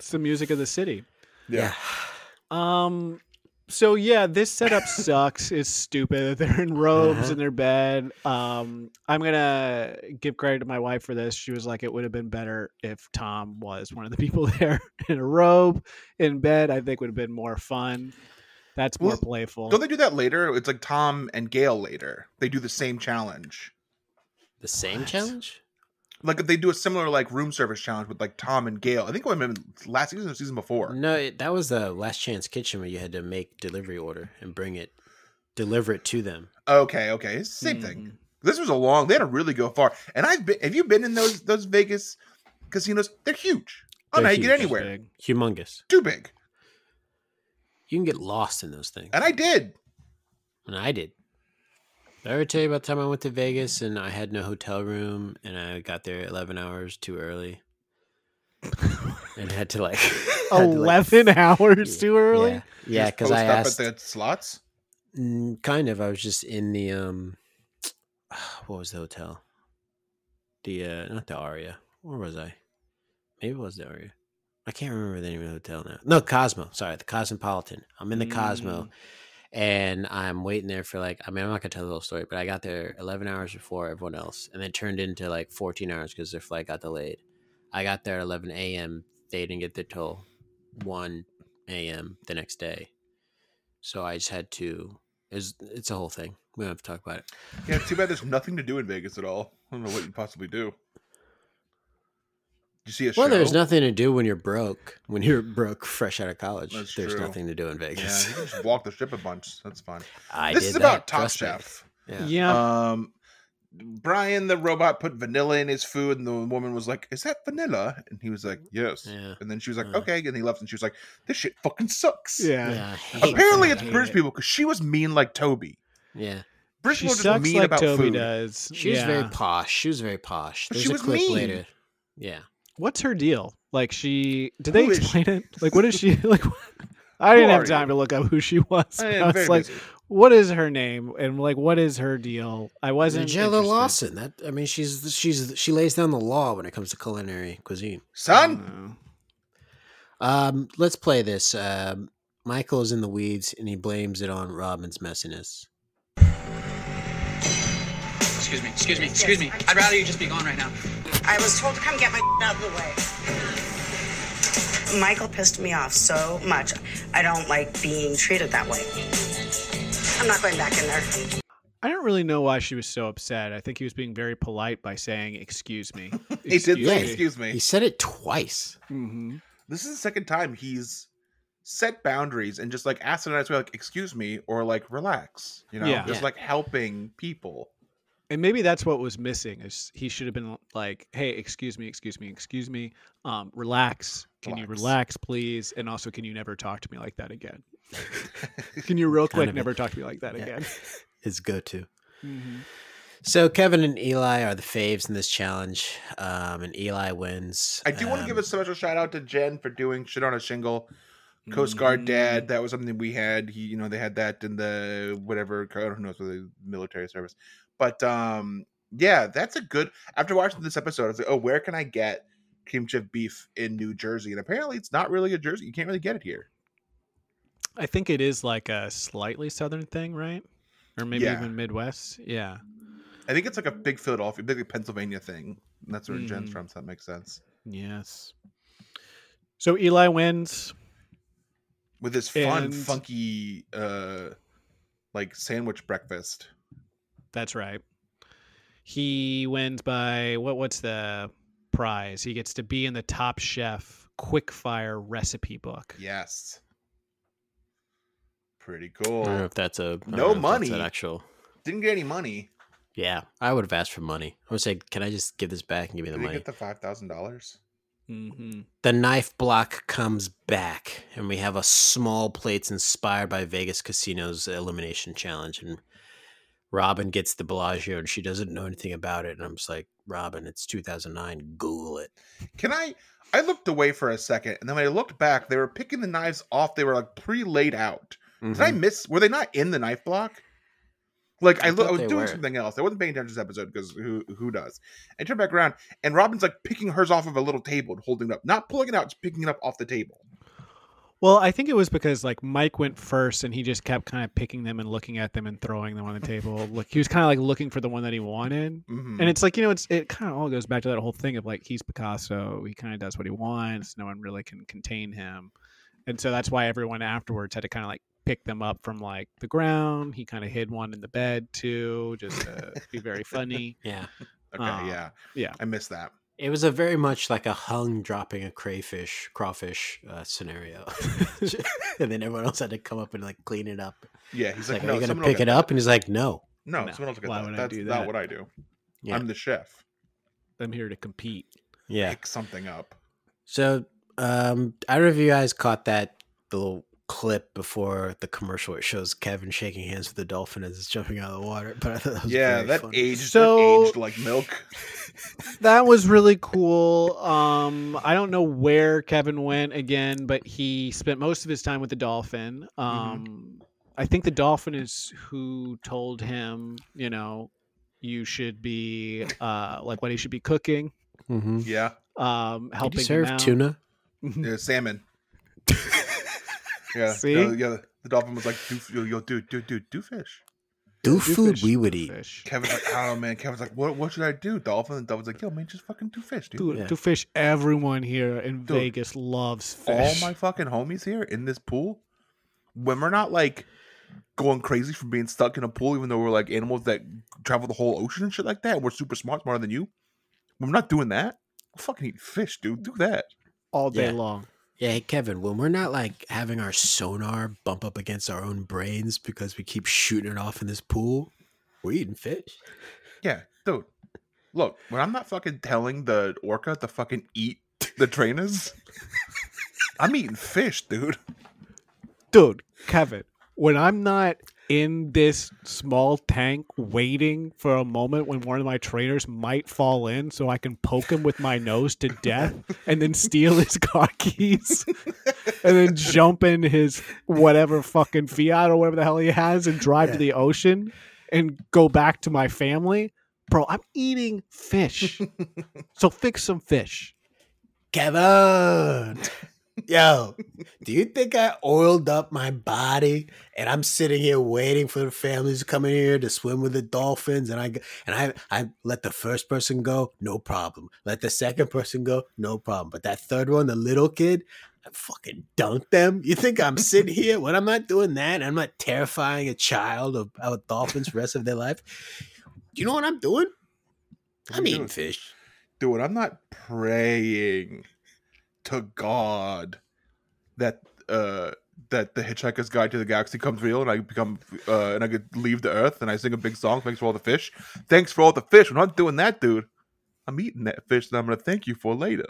It's the music of the city. Yeah. Um. So yeah, this setup sucks. It's stupid. They're in robes Uh-huh. in their bed. Um, I'm gonna give credit to my wife for this. She was like, it would have been better if Tom was one of the people there in a robe in bed. I think would have been more fun. That's more Well, playful. Don't they do that later? It's like Tom and Gail later. They do the same challenge. The same challenge? Like they do a similar like room service challenge with like Tom and Gail. I think it might have been last season or season before. No, it, that was the last chance kitchen where you had to make delivery order and bring it, deliver it to them. Okay, okay, it's the same Mm-hmm. thing. This was a long. They had to really go far. And I've been. Have you been in those those Vegas casinos? They're huge. I don't know They're how you get huge, anywhere. Big. Humongous. Too big. You can get lost in those things. And I did. And I did. Did I ever tell you about the time I went to Vegas and I had no hotel room and I got there 11 hours too early and had to like. had to, like, Eleven hours too early. Yeah. Yeah, Just because post I up asked. at the slots. Mm, kind of. I was just in the um, what was the hotel? The uh, not the Aria. Where was I? Maybe it was the Aria. I can't remember the name of the hotel now. No, Cosmo. Sorry, the Cosmopolitan. I'm in the Cosmo, and I'm waiting there for like. I mean, I'm not gonna tell the whole story, but I got there 11 hours before everyone else, and then turned into like 14 hours because their flight got delayed. I got there at 11 a.m. They didn't get there till 1 a.m. the next day. So I just had to. It's it's a whole thing. We don't have to talk about it. Yeah, it's too bad. There's nothing to do in Vegas at all. I don't know what you possibly do. You see a Well, show. there's nothing to do when you're broke. When you're broke, fresh out of college, That's there's true. nothing to do in Yeah, Vegas. you can just walk the ship a bunch. That's fine. I this did is about that, Top trust me. Chef. Yeah. yeah. Um, Brian the robot put vanilla in his food, and the woman was like, "Is that vanilla?" And he was like, Mm. "Yes." Yeah. And then she was like, Uh. "Okay." And he left, and she was like, "This shit fucking sucks." yeah. Yeah, I hate Apparently, that. it's I hate British it. people because she was mean like Toby. Yeah, British She people are just sucks mean like about Toby food. does. she was yeah. very posh. She was very posh. But There's she was a clip mean. later. Yeah, what's her deal? Like she did they Who is explain it? Like what is she like? I didn't Who have are time to you? look up who she was. I but I, am very was like, busy. what is her name and like what is her deal? I wasn't Angela interested. Lawson. That I mean, she's she's she lays down the law when it comes to culinary cuisine. Mm. son, Um, let's play this. Um, Michael is in the weeds and he blames it on Robin's messiness. Excuse me, excuse me, excuse me. I'd rather you just be gone right now. I was told to come get my out of the way. Michael pissed me off so much. I don't like being treated that way. I'm not going back in there. I don't really know why she was so upset. I think he was being very polite by saying, "Excuse me." he did Excuse say, me. "Excuse He me." said it twice. Mhm. This is the second time he's set boundaries and just like ask in a nice way, like, excuse me, or like relax, you know, Yeah. just Yeah. like helping people. And maybe that's what was missing. Is he should have been like, "Hey, excuse me, excuse me, excuse me. Um, relax. Can you Relax. relax, please? And also, can you never talk to me like that again? Can you real quick of a- never talk to me like that Yeah. again?" His go to. So Kevin and Eli are the faves in this challenge, um, and Eli wins. I do want to give Um, a special shout out to Jen for doing shit on a shingle. Coast Guard Mm. dad, that was something we had. He, you know, they had that in the whatever. I don't know if it was the military service, but um, yeah, that's a good. After watching this episode, I was like, oh, where can I get kimchi beef in New Jersey? And apparently, it's not really a Jersey. You can't really get it here. Mm, I think it is like a slightly southern thing, right? Or maybe Yeah. even Midwest. Yeah. I think it's like a big Philadelphia, big like Pennsylvania thing. And that's where Jen's Mhm. from, so that makes sense. Yes. So Eli wins. With this fun, And- funky, uh, like sandwich breakfast. That's right. He wins by what? What's the prize? He gets to be in the Top Chef quickfire recipe book. Yes. Pretty I don't know cool. if that's a I don't No know if that's money. an actual. Didn't get any money. Yeah, I would have asked for money. I would say, can I just give this back and give me the Did he money? get the five thousand dollars? Mm-hmm. The knife block comes back, and we have a small plates inspired by Vegas Casino's elimination challenge. And Robin gets the Bellagio, and she doesn't know anything about it. And I'm just like, Robin, it's 2009. Google it. Can I? I looked away for a second, and then when I looked back, they were picking the knives off. They were like pre-laid out. Did I miss? Were they not in the knife block? Like I, I look, I thought was they doing were. something else. I wasn't paying attention to this episode because who who does? I turned back around, and Robin's like picking hers off of a little table and holding it up, not pulling it out, just picking it up off the table. Well, I think it was because like Mike went first, and he just kept kind of picking them and looking at them and throwing them on the table. Look, he was kind of like looking for the one that he wanted. Mhm. And it's like, you know, it's it kind of all goes back to that whole thing of like he's Picasso, he kind of does what he wants, no one really can contain him. And so that's why everyone afterwards had to kind of like pick them up from like the ground. He kind of hid one in the bed too, just to be very funny. Yeah. okay, Ah, yeah, yeah. I missed that. It was a very much like a hung dropping a crayfish, crawfish uh, scenario. and then everyone else had to come up and like clean it up. Yeah, It's he's like, like, no, are you going someone to will pick get it up? And he's like, no. that. No, No, someone else will get why that. would I That's do not that? what I do. Yeah. I'm the chef. I'm here to compete. Yeah. Pick something up. So um, I don't know if you guys caught that little clip before the commercial. It shows Kevin shaking hands with the dolphin as it's jumping out of the water. But I thought that was yeah, very that funny. aged, that So- aged like milk. That was really cool. Um, I don't know where Kevin went again, but he spent most of his time with the dolphin. Mm-hmm. Um, I think the dolphin is who told him, you know, you should be uh, like what he should be cooking, Mhm. Yeah, um, helping Did you him serve out. tuna? yeah salmon. Yeah, See? yeah, yeah. The dolphin was like, do, yo, yo, dude, dude, dude, do fish. Do Do food fish, we do would eat. Fish. Kevin's like, I don't know, man. Kevin's like, what, what should I do? Dolphin. And Dolphin's like, yo, man, just fucking do fish, dude. Dude, Yeah. do fish. Everyone here in Dude, Vegas loves All fish. my fucking homies here in this pool, when we're not like going crazy from being stuck in a pool, even though we're like animals that travel the whole ocean and shit like that, and we're super smart, smarter than you. When we're not doing that, we're fucking eating fish, dude. Do that. all day Yeah. long. Yeah, hey, Kevin, when we're not like having our sonar bump up against our own brains because we keep shooting it off in this pool, we're eating fish. Yeah, dude. Look, when I'm not fucking telling the orca to fucking eat the trainers, I'm eating fish, dude. dude, Kevin, when I'm not in this small tank waiting for a moment when one of my trainers might fall in so I can poke him with my nose to death and then steal his car keys and then jump in his whatever fucking Fiat or whatever the hell he has and drive to the ocean and go back to my family. Bro, I'm eating fish. so fix some fish. Kevin, yo, do you think I oiled up my body and I'm sitting here waiting for the families to come in here to swim with the dolphins and I g- and I I let the first person go, no problem. Let the second person go, no problem. But that third one, the little kid, I fucking dunked them. You think I'm sitting here when I'm not doing that? I'm not terrifying a child of, of dolphins for the rest of their life. You know what I'm doing? What I'm you eating doing? fish. Dude, I'm not praying to God that uh that the Hitchhiker's Guide to the Galaxy comes real, and I become uh, and I could leave the Earth, and I sing a big song. Thanks for all the fish. Thanks for all the fish. We're not doing that, dude. I'm eating that fish that I'm gonna thank you for later.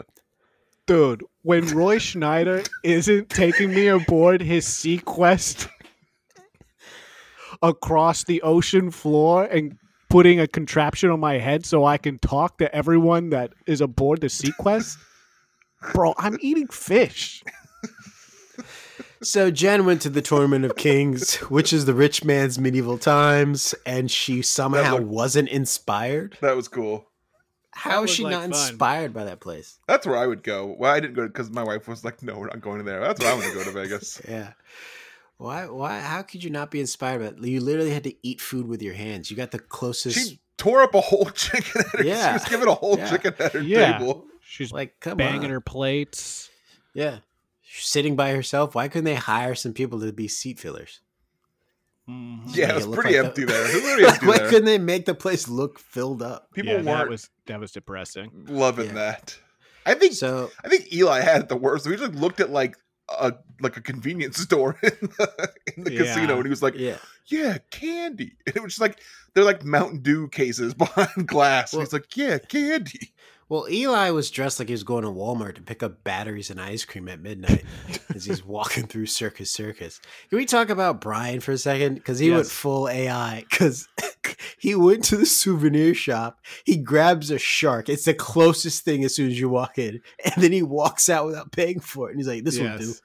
Dude, when Roy Schneider isn't taking me aboard his sea quest across the ocean floor and putting a contraption on my head so I can talk to everyone that is aboard the sea quest, bro, I'm eating fish. So Jen went to the Tournament of Kings, which is the rich man's medieval times, and she somehow looked- wasn't inspired. That was cool. How is looked she like not fun. inspired by that place? That's where I would go. Well, I didn't go because my wife was like, "No, we're not going there." That's where I'm gonna go to Vegas. Yeah. Why? Why? How could you not be inspired by it? You literally had to eat food with your hands. You got the closest. She tore up a whole chicken. At her, Yeah. She was given a whole Yeah. chicken at her Yeah. table. She's like like, come banging on. her plates. Yeah. She's sitting by herself. Why couldn't they hire some people to be seat fillers? Mm-hmm. Yeah, it Make was look pretty like empty the- there. It was pretty empty Why there. couldn't they make the place look filled up? People yeah, that weren't was that was depressing. loving yeah. that. I think So I think Eli had it the worst. We just looked at like a like a convenience store in the, in the Yeah. casino, and he was like, yeah. "Yeah, candy." And it was just like they're like Mountain Dew cases behind glass. and Well- he's like, "Yeah, candy." Well, Eli was dressed like he was going to Walmart to pick up batteries and ice cream at midnight as he's walking through Circus Circus. Can we talk about Brian for a second? Because he went Yes. full AI. Because he went to the souvenir shop. He grabs a shark. It's the closest thing as soon as you walk in. And then he walks out without paying for it. And he's like, this will do. Yes.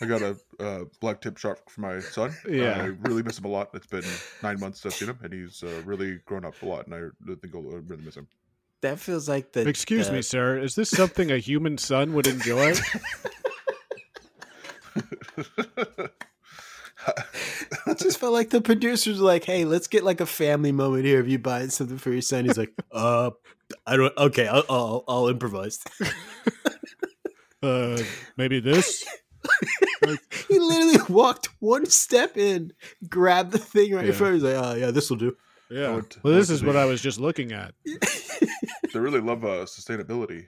I got a uh, black tip shark for my son. Yeah. I really miss him a lot. It's been nine months since I've seen him, and he's uh, really grown up a lot. And I think I'll uh, really miss him. That feels like the. Excuse the- me, sir. Is this something a human son would enjoy? It just felt like the producers were like, hey, let's get like a family moment here of you buying something for your son. He's like, uh, I don't. Okay, I'll, I'll, I'll improvise. Uh, maybe this. He literally walked one step in, grabbed the thing right Yeah. in front of him. He's like, oh, yeah, this will do. Yeah. would- well, this I would is what be- I was just looking at. They really love uh, sustainability.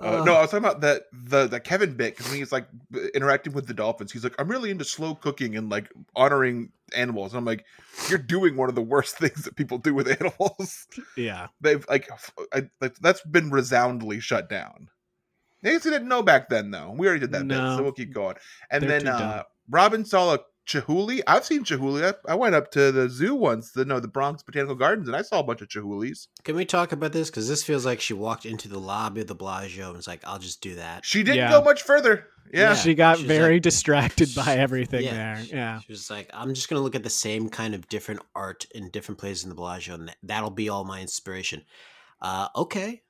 Uh, no, I was talking about that the the Kevin bit because when he's like b- interacting with the dolphins, he's like, "I'm really into slow cooking and like honoring animals," and I'm like, "You're doing one of the worst things that people do with animals." Yeah. They've like, f- I, like that's been resoundly shut down. They actually didn't know back then, though. We already did that bit, No. so we'll keep going. And They're then too uh, dumb. Robin saw a chihuly. I've seen chihuly. I, I went up to the zoo once, the no, the Bronx Botanical Gardens, and I saw a bunch of chihulies. Can we talk about this? Because this feels like she walked into the lobby of the Blasio and was like, I'll just do that. She didn't Yeah. go much further. Yeah, She got she's very like- distracted by everything there. she- Yeah. She was like, I'm just going to look at the same kind of different art in different places in the Bellagio, and that- that'll be all my inspiration. Uh, okay.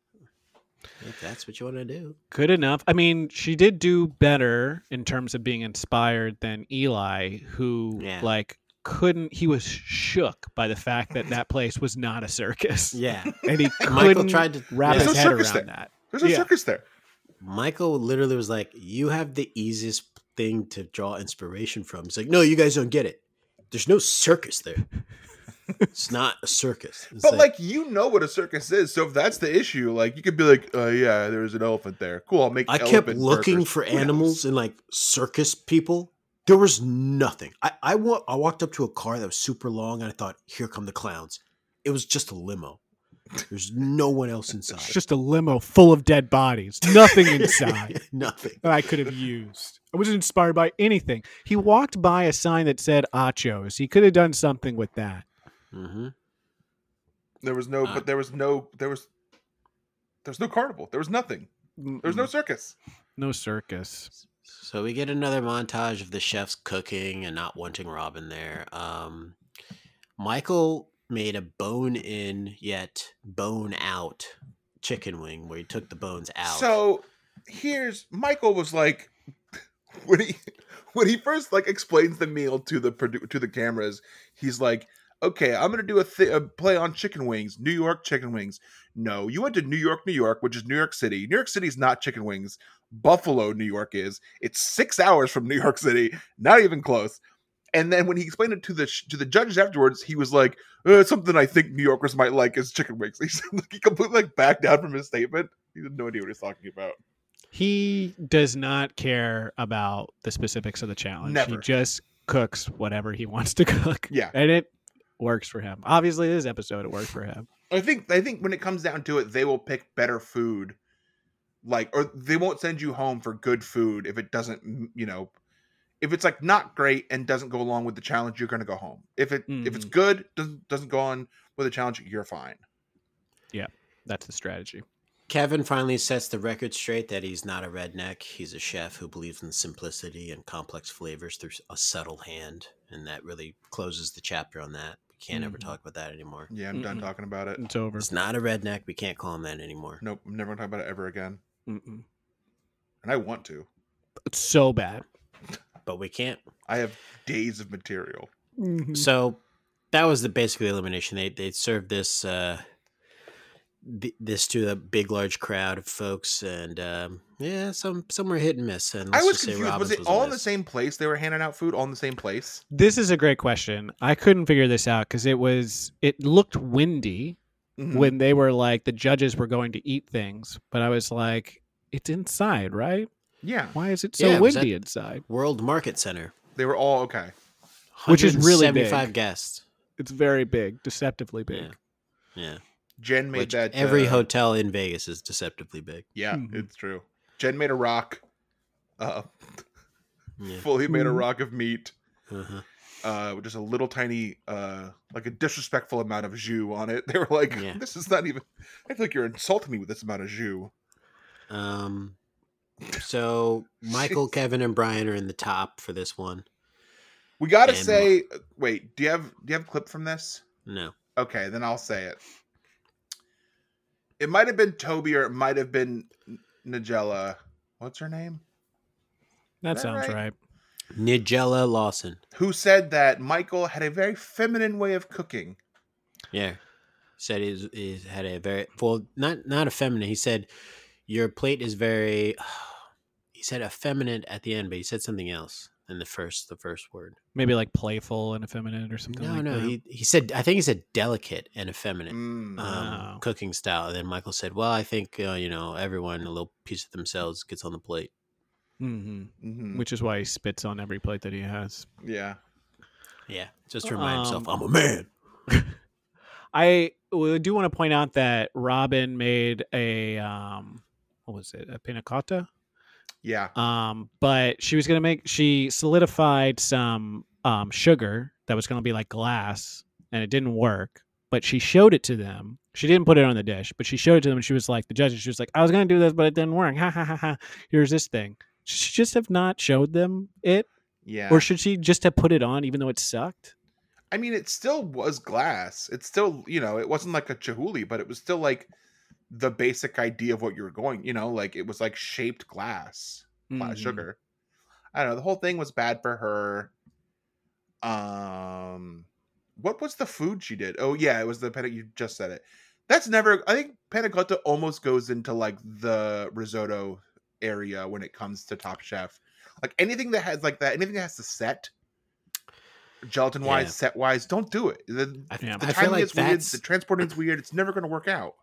If that's what you want to do. Good enough. I mean, she did do better in terms of being inspired than Eli, who, Yeah. like, couldn't he was shook by the fact that that place was not a circus Yeah. and he Michael couldn't tried to wrap There's his no head circus around there. that there's a Yeah. circus there. Michael literally was like, "You have the easiest thing to draw inspiration from." He's like, "No, you guys don't get it. There's no circus there. it's not a circus." It's But like, you know what a circus is, so if that's the issue, like you could be like, "Oh yeah, there was an elephant there. Cool, I'll make." I kept elephant looking burgers." for Who knows? animals and like circus people. There was nothing. I I, wa- I walked up to a car that was super long, and I thought, "Here come the clowns." It was just a limo. There's no one else it's inside. just a limo full of dead bodies nothing inside nothing. that I could have used. I wasn't inspired by anything. He walked by a sign that said Achos. He could have done something with that. hmm There was no, but there was no, there was, there was no carnival. There was nothing. There was no circus. no circus. So we get another montage of the chefs cooking and not wanting Robin there. Um, Michael made a bone in yet bone out chicken wing where he took the bones out. So here's Michael was like, when he when he first like explains the meal to the produ- to the cameras, he's like, "Okay, I'm gonna do a, th- a play on chicken wings, New York chicken wings." No, you went to New York, New York, which is New York City. New York City's not chicken wings. Buffalo, New York is. It's six hours from New York City. Not even close. And then when he explained it to the sh- to the judges afterwards, he was like, uh, "Something I think New Yorkers might like is chicken wings." He, he completely like backed down from his statement. He had no idea what he was talking about. He does not care about the specifics of the challenge. He Never. just cooks whatever he wants to cook. Yeah. And it works for him. Obviously, this episode, it worked for him. I think I think when it comes down to it, they will pick better food, like or they won't send you home for good food if it doesn't, mm, you know, if it's like not great and doesn't go along with the challenge, you're gonna go home. If it if Mm-hmm. it's good, doesn't doesn't go on with the challenge, you're fine. That's the strategy. Kevin finally sets the record straight that he's not a redneck. He's a chef who believes in simplicity and complex flavors through a subtle hand. And that really closes the chapter on that. We can't ever Mhm. talk about that anymore. Yeah, I'm done Mm-mm. talking about it. It's over. It's not a redneck. We can't call him that anymore. Nope, I'm never gonna talk about it ever again. Mm-mm. And I want to. It's so bad. But we can't. I have days of material. Mm. So that was the basically elimination. They they served this uh, b- this to a big large crowd of folks, and um, yeah, some some were hit and miss. And let's I was just say confused. Robbins was it a all in the miss. same place? They were handing out food all in the same place. This is a great question. I couldn't figure this out because it was, it looked windy Mm-hmm. Mhm. when they were like, the judges were going to eat things. But I was like, it's inside, right? yeah, Why is it so Yeah, was windy that- inside? World Market Center? they were all okay. Which is really big. 75 guests. It's very big, deceptively big. Yeah. Yeah, Jen made Which that every uh, hotel in Vegas is deceptively big. Yeah, Mhm. it's true. Jen made a rock. Uh, Yeah. Mm-hmm. fully made a Mhm. rock of meat. Uh-huh. Uh, with just a little tiny, uh, like a disrespectful amount of jus on it. They were like, Yeah. "This is not even." I feel like you're insulting me with this amount of jus. Um, so Michael, Kevin, and Brian are in the top for this one. We gotta And- say, uh, wait. Do you have do you have a clip from this? No, Okay, then I'll say it. It might have been Toby or it might have been N- Nigella. What's her name? That that sounds right? right. Nigella Lawson. Who said that Michael had a very feminine way of cooking? Yeah, said he's, he's had a very well, not not effeminate. He said your plate is very. He said effeminate at the end, but he said something else in the first the first word. Maybe like playful and effeminate or something No, like no, that. he he said I think he said delicate and effeminate. Um, Mm. Oh. cooking style, and then Michael said, "Well, I think uh, you know everyone a little piece of themselves gets on the plate." hmm mhm. Which is why he spits on every plate that he has. Yeah. Yeah, just to remind himself, Um, "I'm a man." I w- do want to point out that Robin made a um, what was it? A panna cotta. Yeah. Um, but she was gonna make she solidified some um sugar that was gonna be like glass, and it didn't work. But she showed it to them. She didn't put it on the dish, but she showed it to them. And she was like, the judges. She was like, I was gonna do this, but it didn't work. Ha ha ha ha. Here's this thing. Should she just have not showed them it, Yeah. or should she just have put it on, even though it sucked? I mean, it still was glass. It's still, you know, it wasn't like a chihuly, but it was still like the basic idea of what you were going, you know, like it was like shaped glass, glass Mm-hmm. Mhm. sugar. I don't know. The whole thing was bad for her. Um, what was the food she did? Oh yeah, it was the penne. You just said it. That's never. I think panna cotta almost goes into like the risotto area when it comes to Top Chef. Like anything that has like that, anything that has to set gelatin wise, Yeah. set wise, don't do it. The, I, Yeah. I the feel timing like is weird. that's The transporting's weird. It's never going to work out.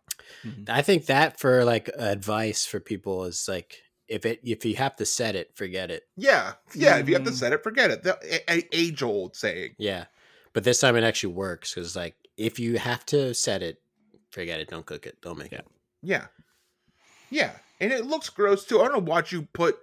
I think that for like advice for people is like if it if you have to set it, forget it. Yeah, yeah. If you have to Mm-hmm. Mhm. set it, forget it. The, a, a- age old saying. Yeah, but this time it actually works because like if you have to set it, forget it. Don't cook it. Don't make it. Yeah. Yeah. And it looks gross too. I don't watch you put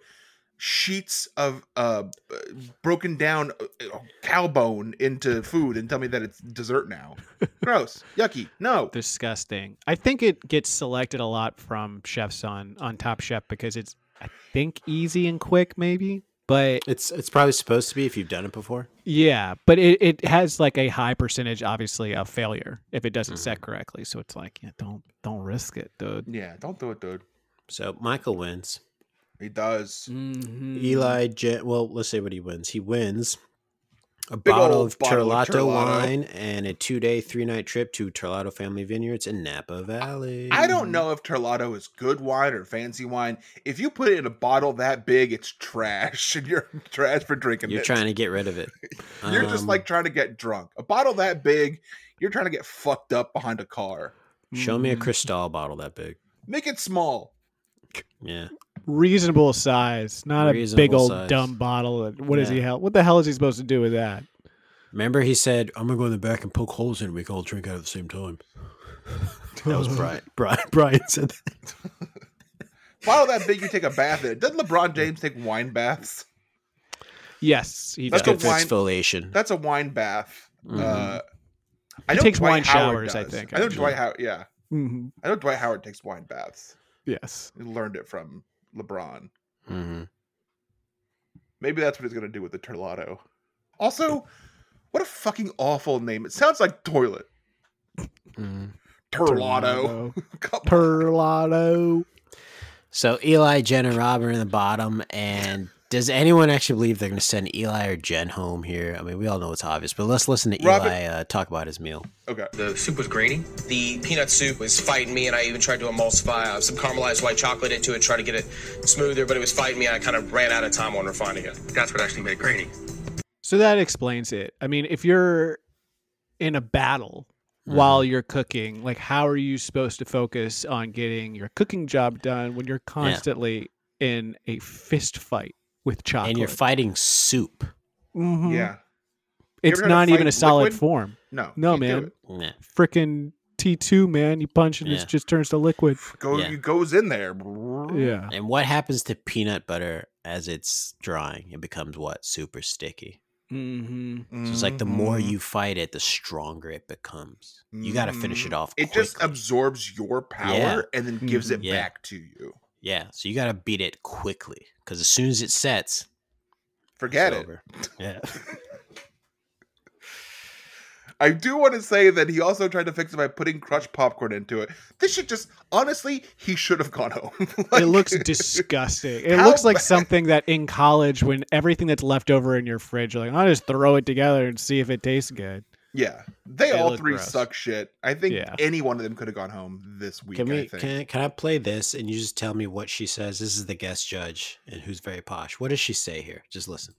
sheets of uh uh, broken down uh, uh, cow bone into food and tell me that it's dessert now. Gross. Yucky. No. disgusting. I think it gets selected a lot from chefs on on Top Chef because it's I think easy and quick maybe, but It's it's probably supposed to be if you've done it before. yeah, but it, it has like a high percentage obviously of failure if it doesn't Mm-hmm. set correctly. So it's like, yeah, don't don't risk it, dude. Yeah, don't do it, dude. So Michael wins. He does. Mm-hmm. Mm-hmm. Eli, Je- well, let's say what he wins. He wins a Big bottle old of bottle Terlato of Terlato. wine and a two day, three night trip to Terlato Family Vineyards in Napa Valley. I don't know if Terlato is good wine or fancy wine. If you put it in a bottle that big, it's trash and you're trash for drinking You're it. trying to get rid of it. You're just Um, like trying to get drunk. A bottle that big, you're trying to get fucked up behind a car. Mm-hmm. show me a Cristal bottle that big. Make it small. Yeah. reasonable size, not a big Reasonable old size. dumb bottle. What is he Yeah. hell? What the hell is he supposed to do with that? Remember, he said, "I'm gonna go in the back and poke holes in. it. We can all drink out at the same time." that was Brian. Brian. Brian said that. Follow that big, you take a bath in it. Doesn't LeBron James take wine baths? Yes, he Let's does. go Good for wine- exfoliation. That's a wine bath. Mm-hmm. Uh, I He know takes Dwight wine Howard showers, I does. think, I know actually. Dwight Howard. Yeah, Mhm. I know Dwight Howard takes wine baths. Yes. He learned it from LeBron. hmm Maybe that's what he's gonna do with the Terlato. Also, what a fucking awful name! It sounds like toilet. Mm-hmm. Terlato. Come on. Perlotto. So Eli, Jen, and Rob are in the bottom. And does anyone actually believe they're going to send Eli or Jen home here? I mean, we all know it's obvious, but let's listen to Robert- Eli uh, talk about his meal. Okay. The soup was grainy. The peanut soup was fighting me, and I even tried to emulsify uh, some caramelized white chocolate into it, try to get it smoother, but it was fighting me, and I kind of ran out of time on refining it. That's what actually made it grainy. So that explains it. I mean, if you're in a battle while you're cooking, like how are you supposed to focus on getting your cooking job done when you're constantly in a fist fight with chocolate? And you're fighting soup. Mhm. Yeah. You It's ever had a not fight even a with solid liquid? form. No. No, can't do man. it. Yeah. Freaking T2, man. You punch and Yeah. it just turns to liquid. Go. Yeah. It goes in there. Yeah. And what happens to peanut butter as it's drying? It becomes what? Super sticky. Mm-hmm. So it's like the more Mm-hmm. you fight it, the stronger it becomes. You got to finish it off. Mm-hmm. Mm. It just quickly. absorbs your power Yeah. and Mm-hmm. then gives it Mhm. Yeah. back to you. yeah. So you got to beat it quickly because as soon as it sets, Forget it's it. over. Yeah. I do want to say that he also tried to fix it by putting crushed popcorn into it. This should just honestly, he should have gone home. Like- it looks disgusting. It How looks like bad- something that in college, when everything that's left over in your fridge, you're like, I'll just throw it together and see if it tastes good. Yeah, they It all looked three gross. suck shit. I think Yeah. any one of them could have gone home this week. Can I we? think. Can, can I play this and you just tell me what she says? This is the guest judge and who's very posh. What does she say here? Just listen.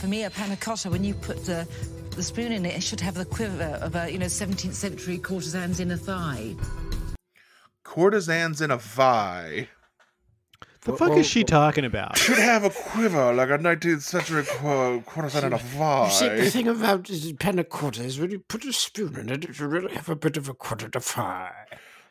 For me, a panna cotta, when you put the, the spoon in it, it should have the quiver of a, you know, 17th century courtesan's inner thigh. Courtesans in a vi The fuck is she talking about? should have a quiver like a 19th century qu- courtesan in a vi. thing about panna cotta is when you put a spoon in it, you really have a bit of a quarter to fry.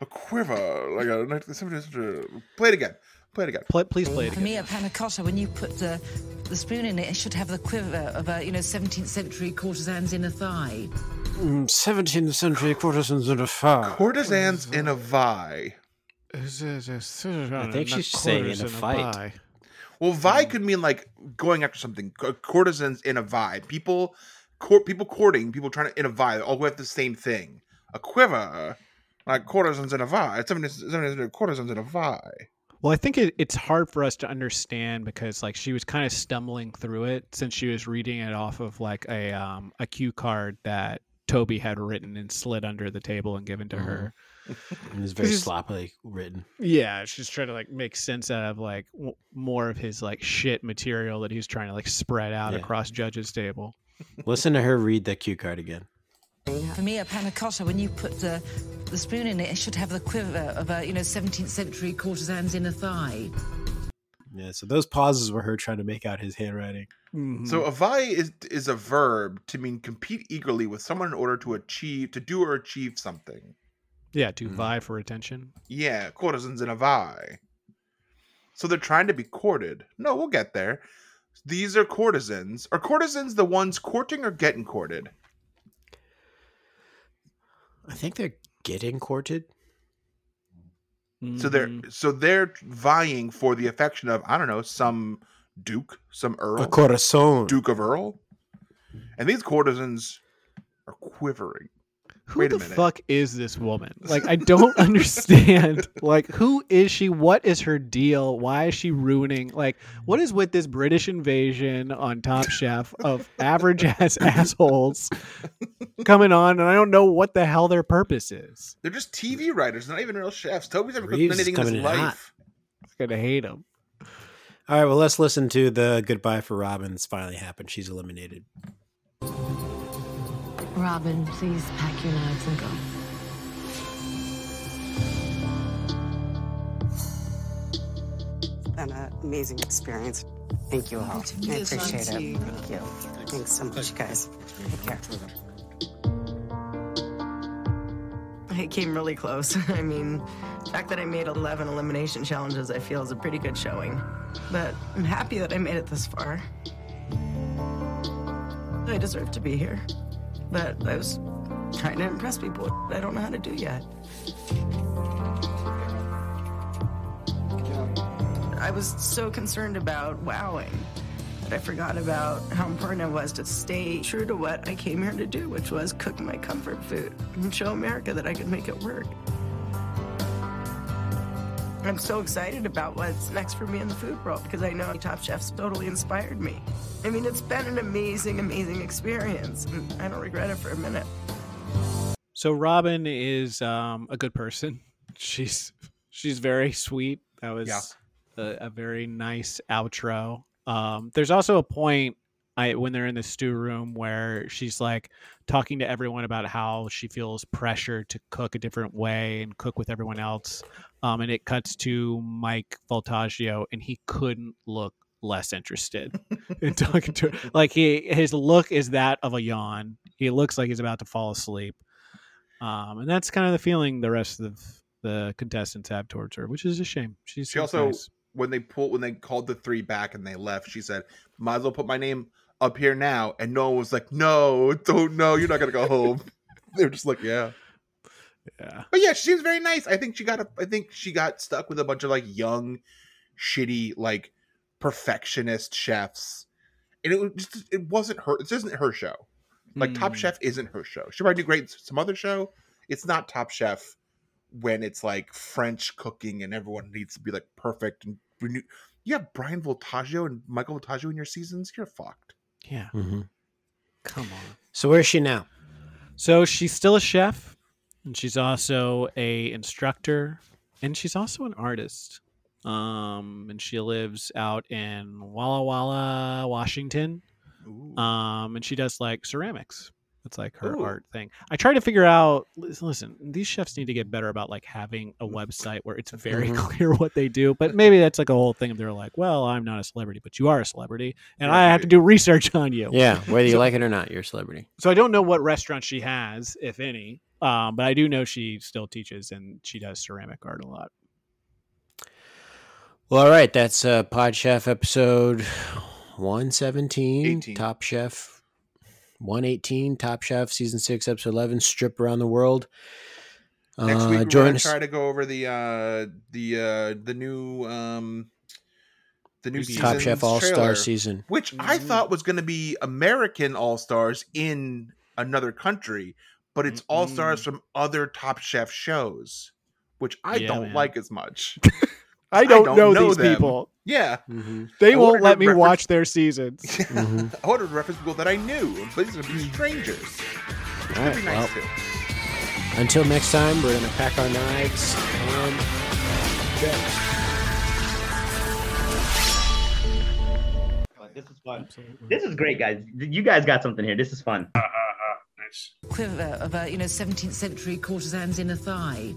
A quiver like a 19th century. Play it again. Play it again. Pl- please play it For me, a again. panna cotta, when you put the, the spoon in it, it should have the quiver of a, you know, 17th century courtesan's inner thigh. 17th century courtesans in a fire. Courtesans in a vi. I think she's saying in a fight. Well, vi could mean like going after something. Co- Courtesans in a vi. People, court people courting. People trying to in a vi. All go after the same thing. A quiver. Like courtesans in a vi. It's something- something- Courtesans in a vi. Well, I think it, it's hard for us to understand because like she was kind of stumbling through it since she was reading it off of like a um a cue card that Toby had written and slid under the table and given to her. It's very This is- sloppily written. Yeah, she's trying to like make sense out of like w- more of his like shit material that he's trying to like spread out Yeah. across judges table. Listen to her read the cue card again. For me, a panna cotta, when you put the, the spoon in it, it should have the quiver of a, you know, 17th century courtesan's inner thigh. Yeah, so those pauses were her trying to make out his handwriting. So avai is is a verb to mean compete eagerly with someone in order to achieve to do or achieve something. yeah, Mm. to vie for attention. Yeah, courtesans in avai. So they're trying to be courted. No, we'll get there. These are courtesans. Are courtesans the ones courting or getting courted? I think they're getting courted. So they're so they're vying for the affection of I don't know some duke, some earl, corazon. duke of earl, and these courtesans are quivering. who wait a the minute. fuck is this woman? Like, I don't understand. Like, who is she? What is her deal? Why is she ruining? Like, what is with this British invasion on Top Chef of average ass assholes coming on? And I don't know what the hell their purpose is. They're just TV writers, not even real chefs. Toby's never cooked Mm. Reeves is anything in his coming in hot. life. I'm gonna hate them. All right, well, let's listen to the goodbye for Robin that's finally happened. She's eliminated. Robin, please pack your knives and go. amazing experience. Thank you all. I Yes, appreciate thank it. you. Thank you. Thanks so much, guys. Take care. I came really close. I mean, the fact that I made 11 elimination challenges, I feel, is a pretty good showing. But I'm happy that I made it this far. I deserve to be here. But I was trying to impress people. I don't know how to do yet. I was so concerned about wowing that I forgot about how important it was to stay true to what I came here to do, which was cook my comfort food and show America that I could make it work. I'm so excited about what's next for me in the food world because I know Top Chef's totally inspired me. I mean, it's been an amazing, amazing experience, and I don't regret it for a minute. So Robin is um, a good person. She's she's very sweet. That was Yeah. a, a very nice outro. Um, there's also a point I when they're in the stew room where she's like talking to everyone about how she feels pressure to cook a different way and cook with everyone else. Um, and it cuts to Mike Voltaggio, and he couldn't look less interested in talking to her. Like he his look is that of a yawn. He looks like he's about to fall asleep. Um, and that's kind of the feeling the rest of the contestants have towards her, which is a shame. She's She also when they pulled when they called the three back and they left, she said, "Might as well put my name up here now." And no one was like, "No, don't no, you're not gonna go home." they were just like, "Yeah." Yeah. But yeah, she seems very nice. I think she got a, I think she got stuck with a bunch of like young, shitty, like perfectionist chefs, and it was just it wasn't her. This isn't her show. Like Top Hmm. Chef isn't her show. She might do great in some other show. It's not Top Chef when it's like French cooking and everyone needs to be like perfect and renew. You have Brian Voltaggio and Michael Voltaggio in your seasons. You're fucked. Yeah. Mm-hmm. Come on. So where's she now? So she's still a chef, and she's also a instructor, and she's also an artist. Um, and she lives out in Walla Walla, Washington. Um, and she does like ceramics. That's like her Ooh. art thing. I try to figure out. Listen, listen, these chefs need to get better about like having a website where it's very Mhm. clear what they do. But maybe that's like a whole thing. They're like, well, I'm not a celebrity, but you are a celebrity, and Yeah, I have to do research on you. Yeah, whether you So- like it or not, you're a celebrity. so I don't know what restaurant she has, if any, um, but I do know she still teaches and she does ceramic art a lot. Well, all right, that's uh, Pod Chef episode 117, Top Chef 118, Top Chef season six, episode 11, Strip Around the World. Next week Uh, we're join gonna us. try to go over the uh the uh the new um the new Top Chef season's All-Star trailer, season. which I Mm-hmm. thought was gonna be American All Stars in another country, but it's All Stars from other Top Chef shows, which I Mm-hmm. Yeah, don't man. like as much. I don't know these people. Yeah, They I won't wanted let to me reference- watch their seasons. I wanted to reference people that I knew, but these are gonna be strangers. Which All could right, be nice well, too. Until next time, we're going to pack our knives and This is fun. This is great, guys. You guys got something here. This is fun. Quiver of a, you know, 17th century courtesan's inner thigh.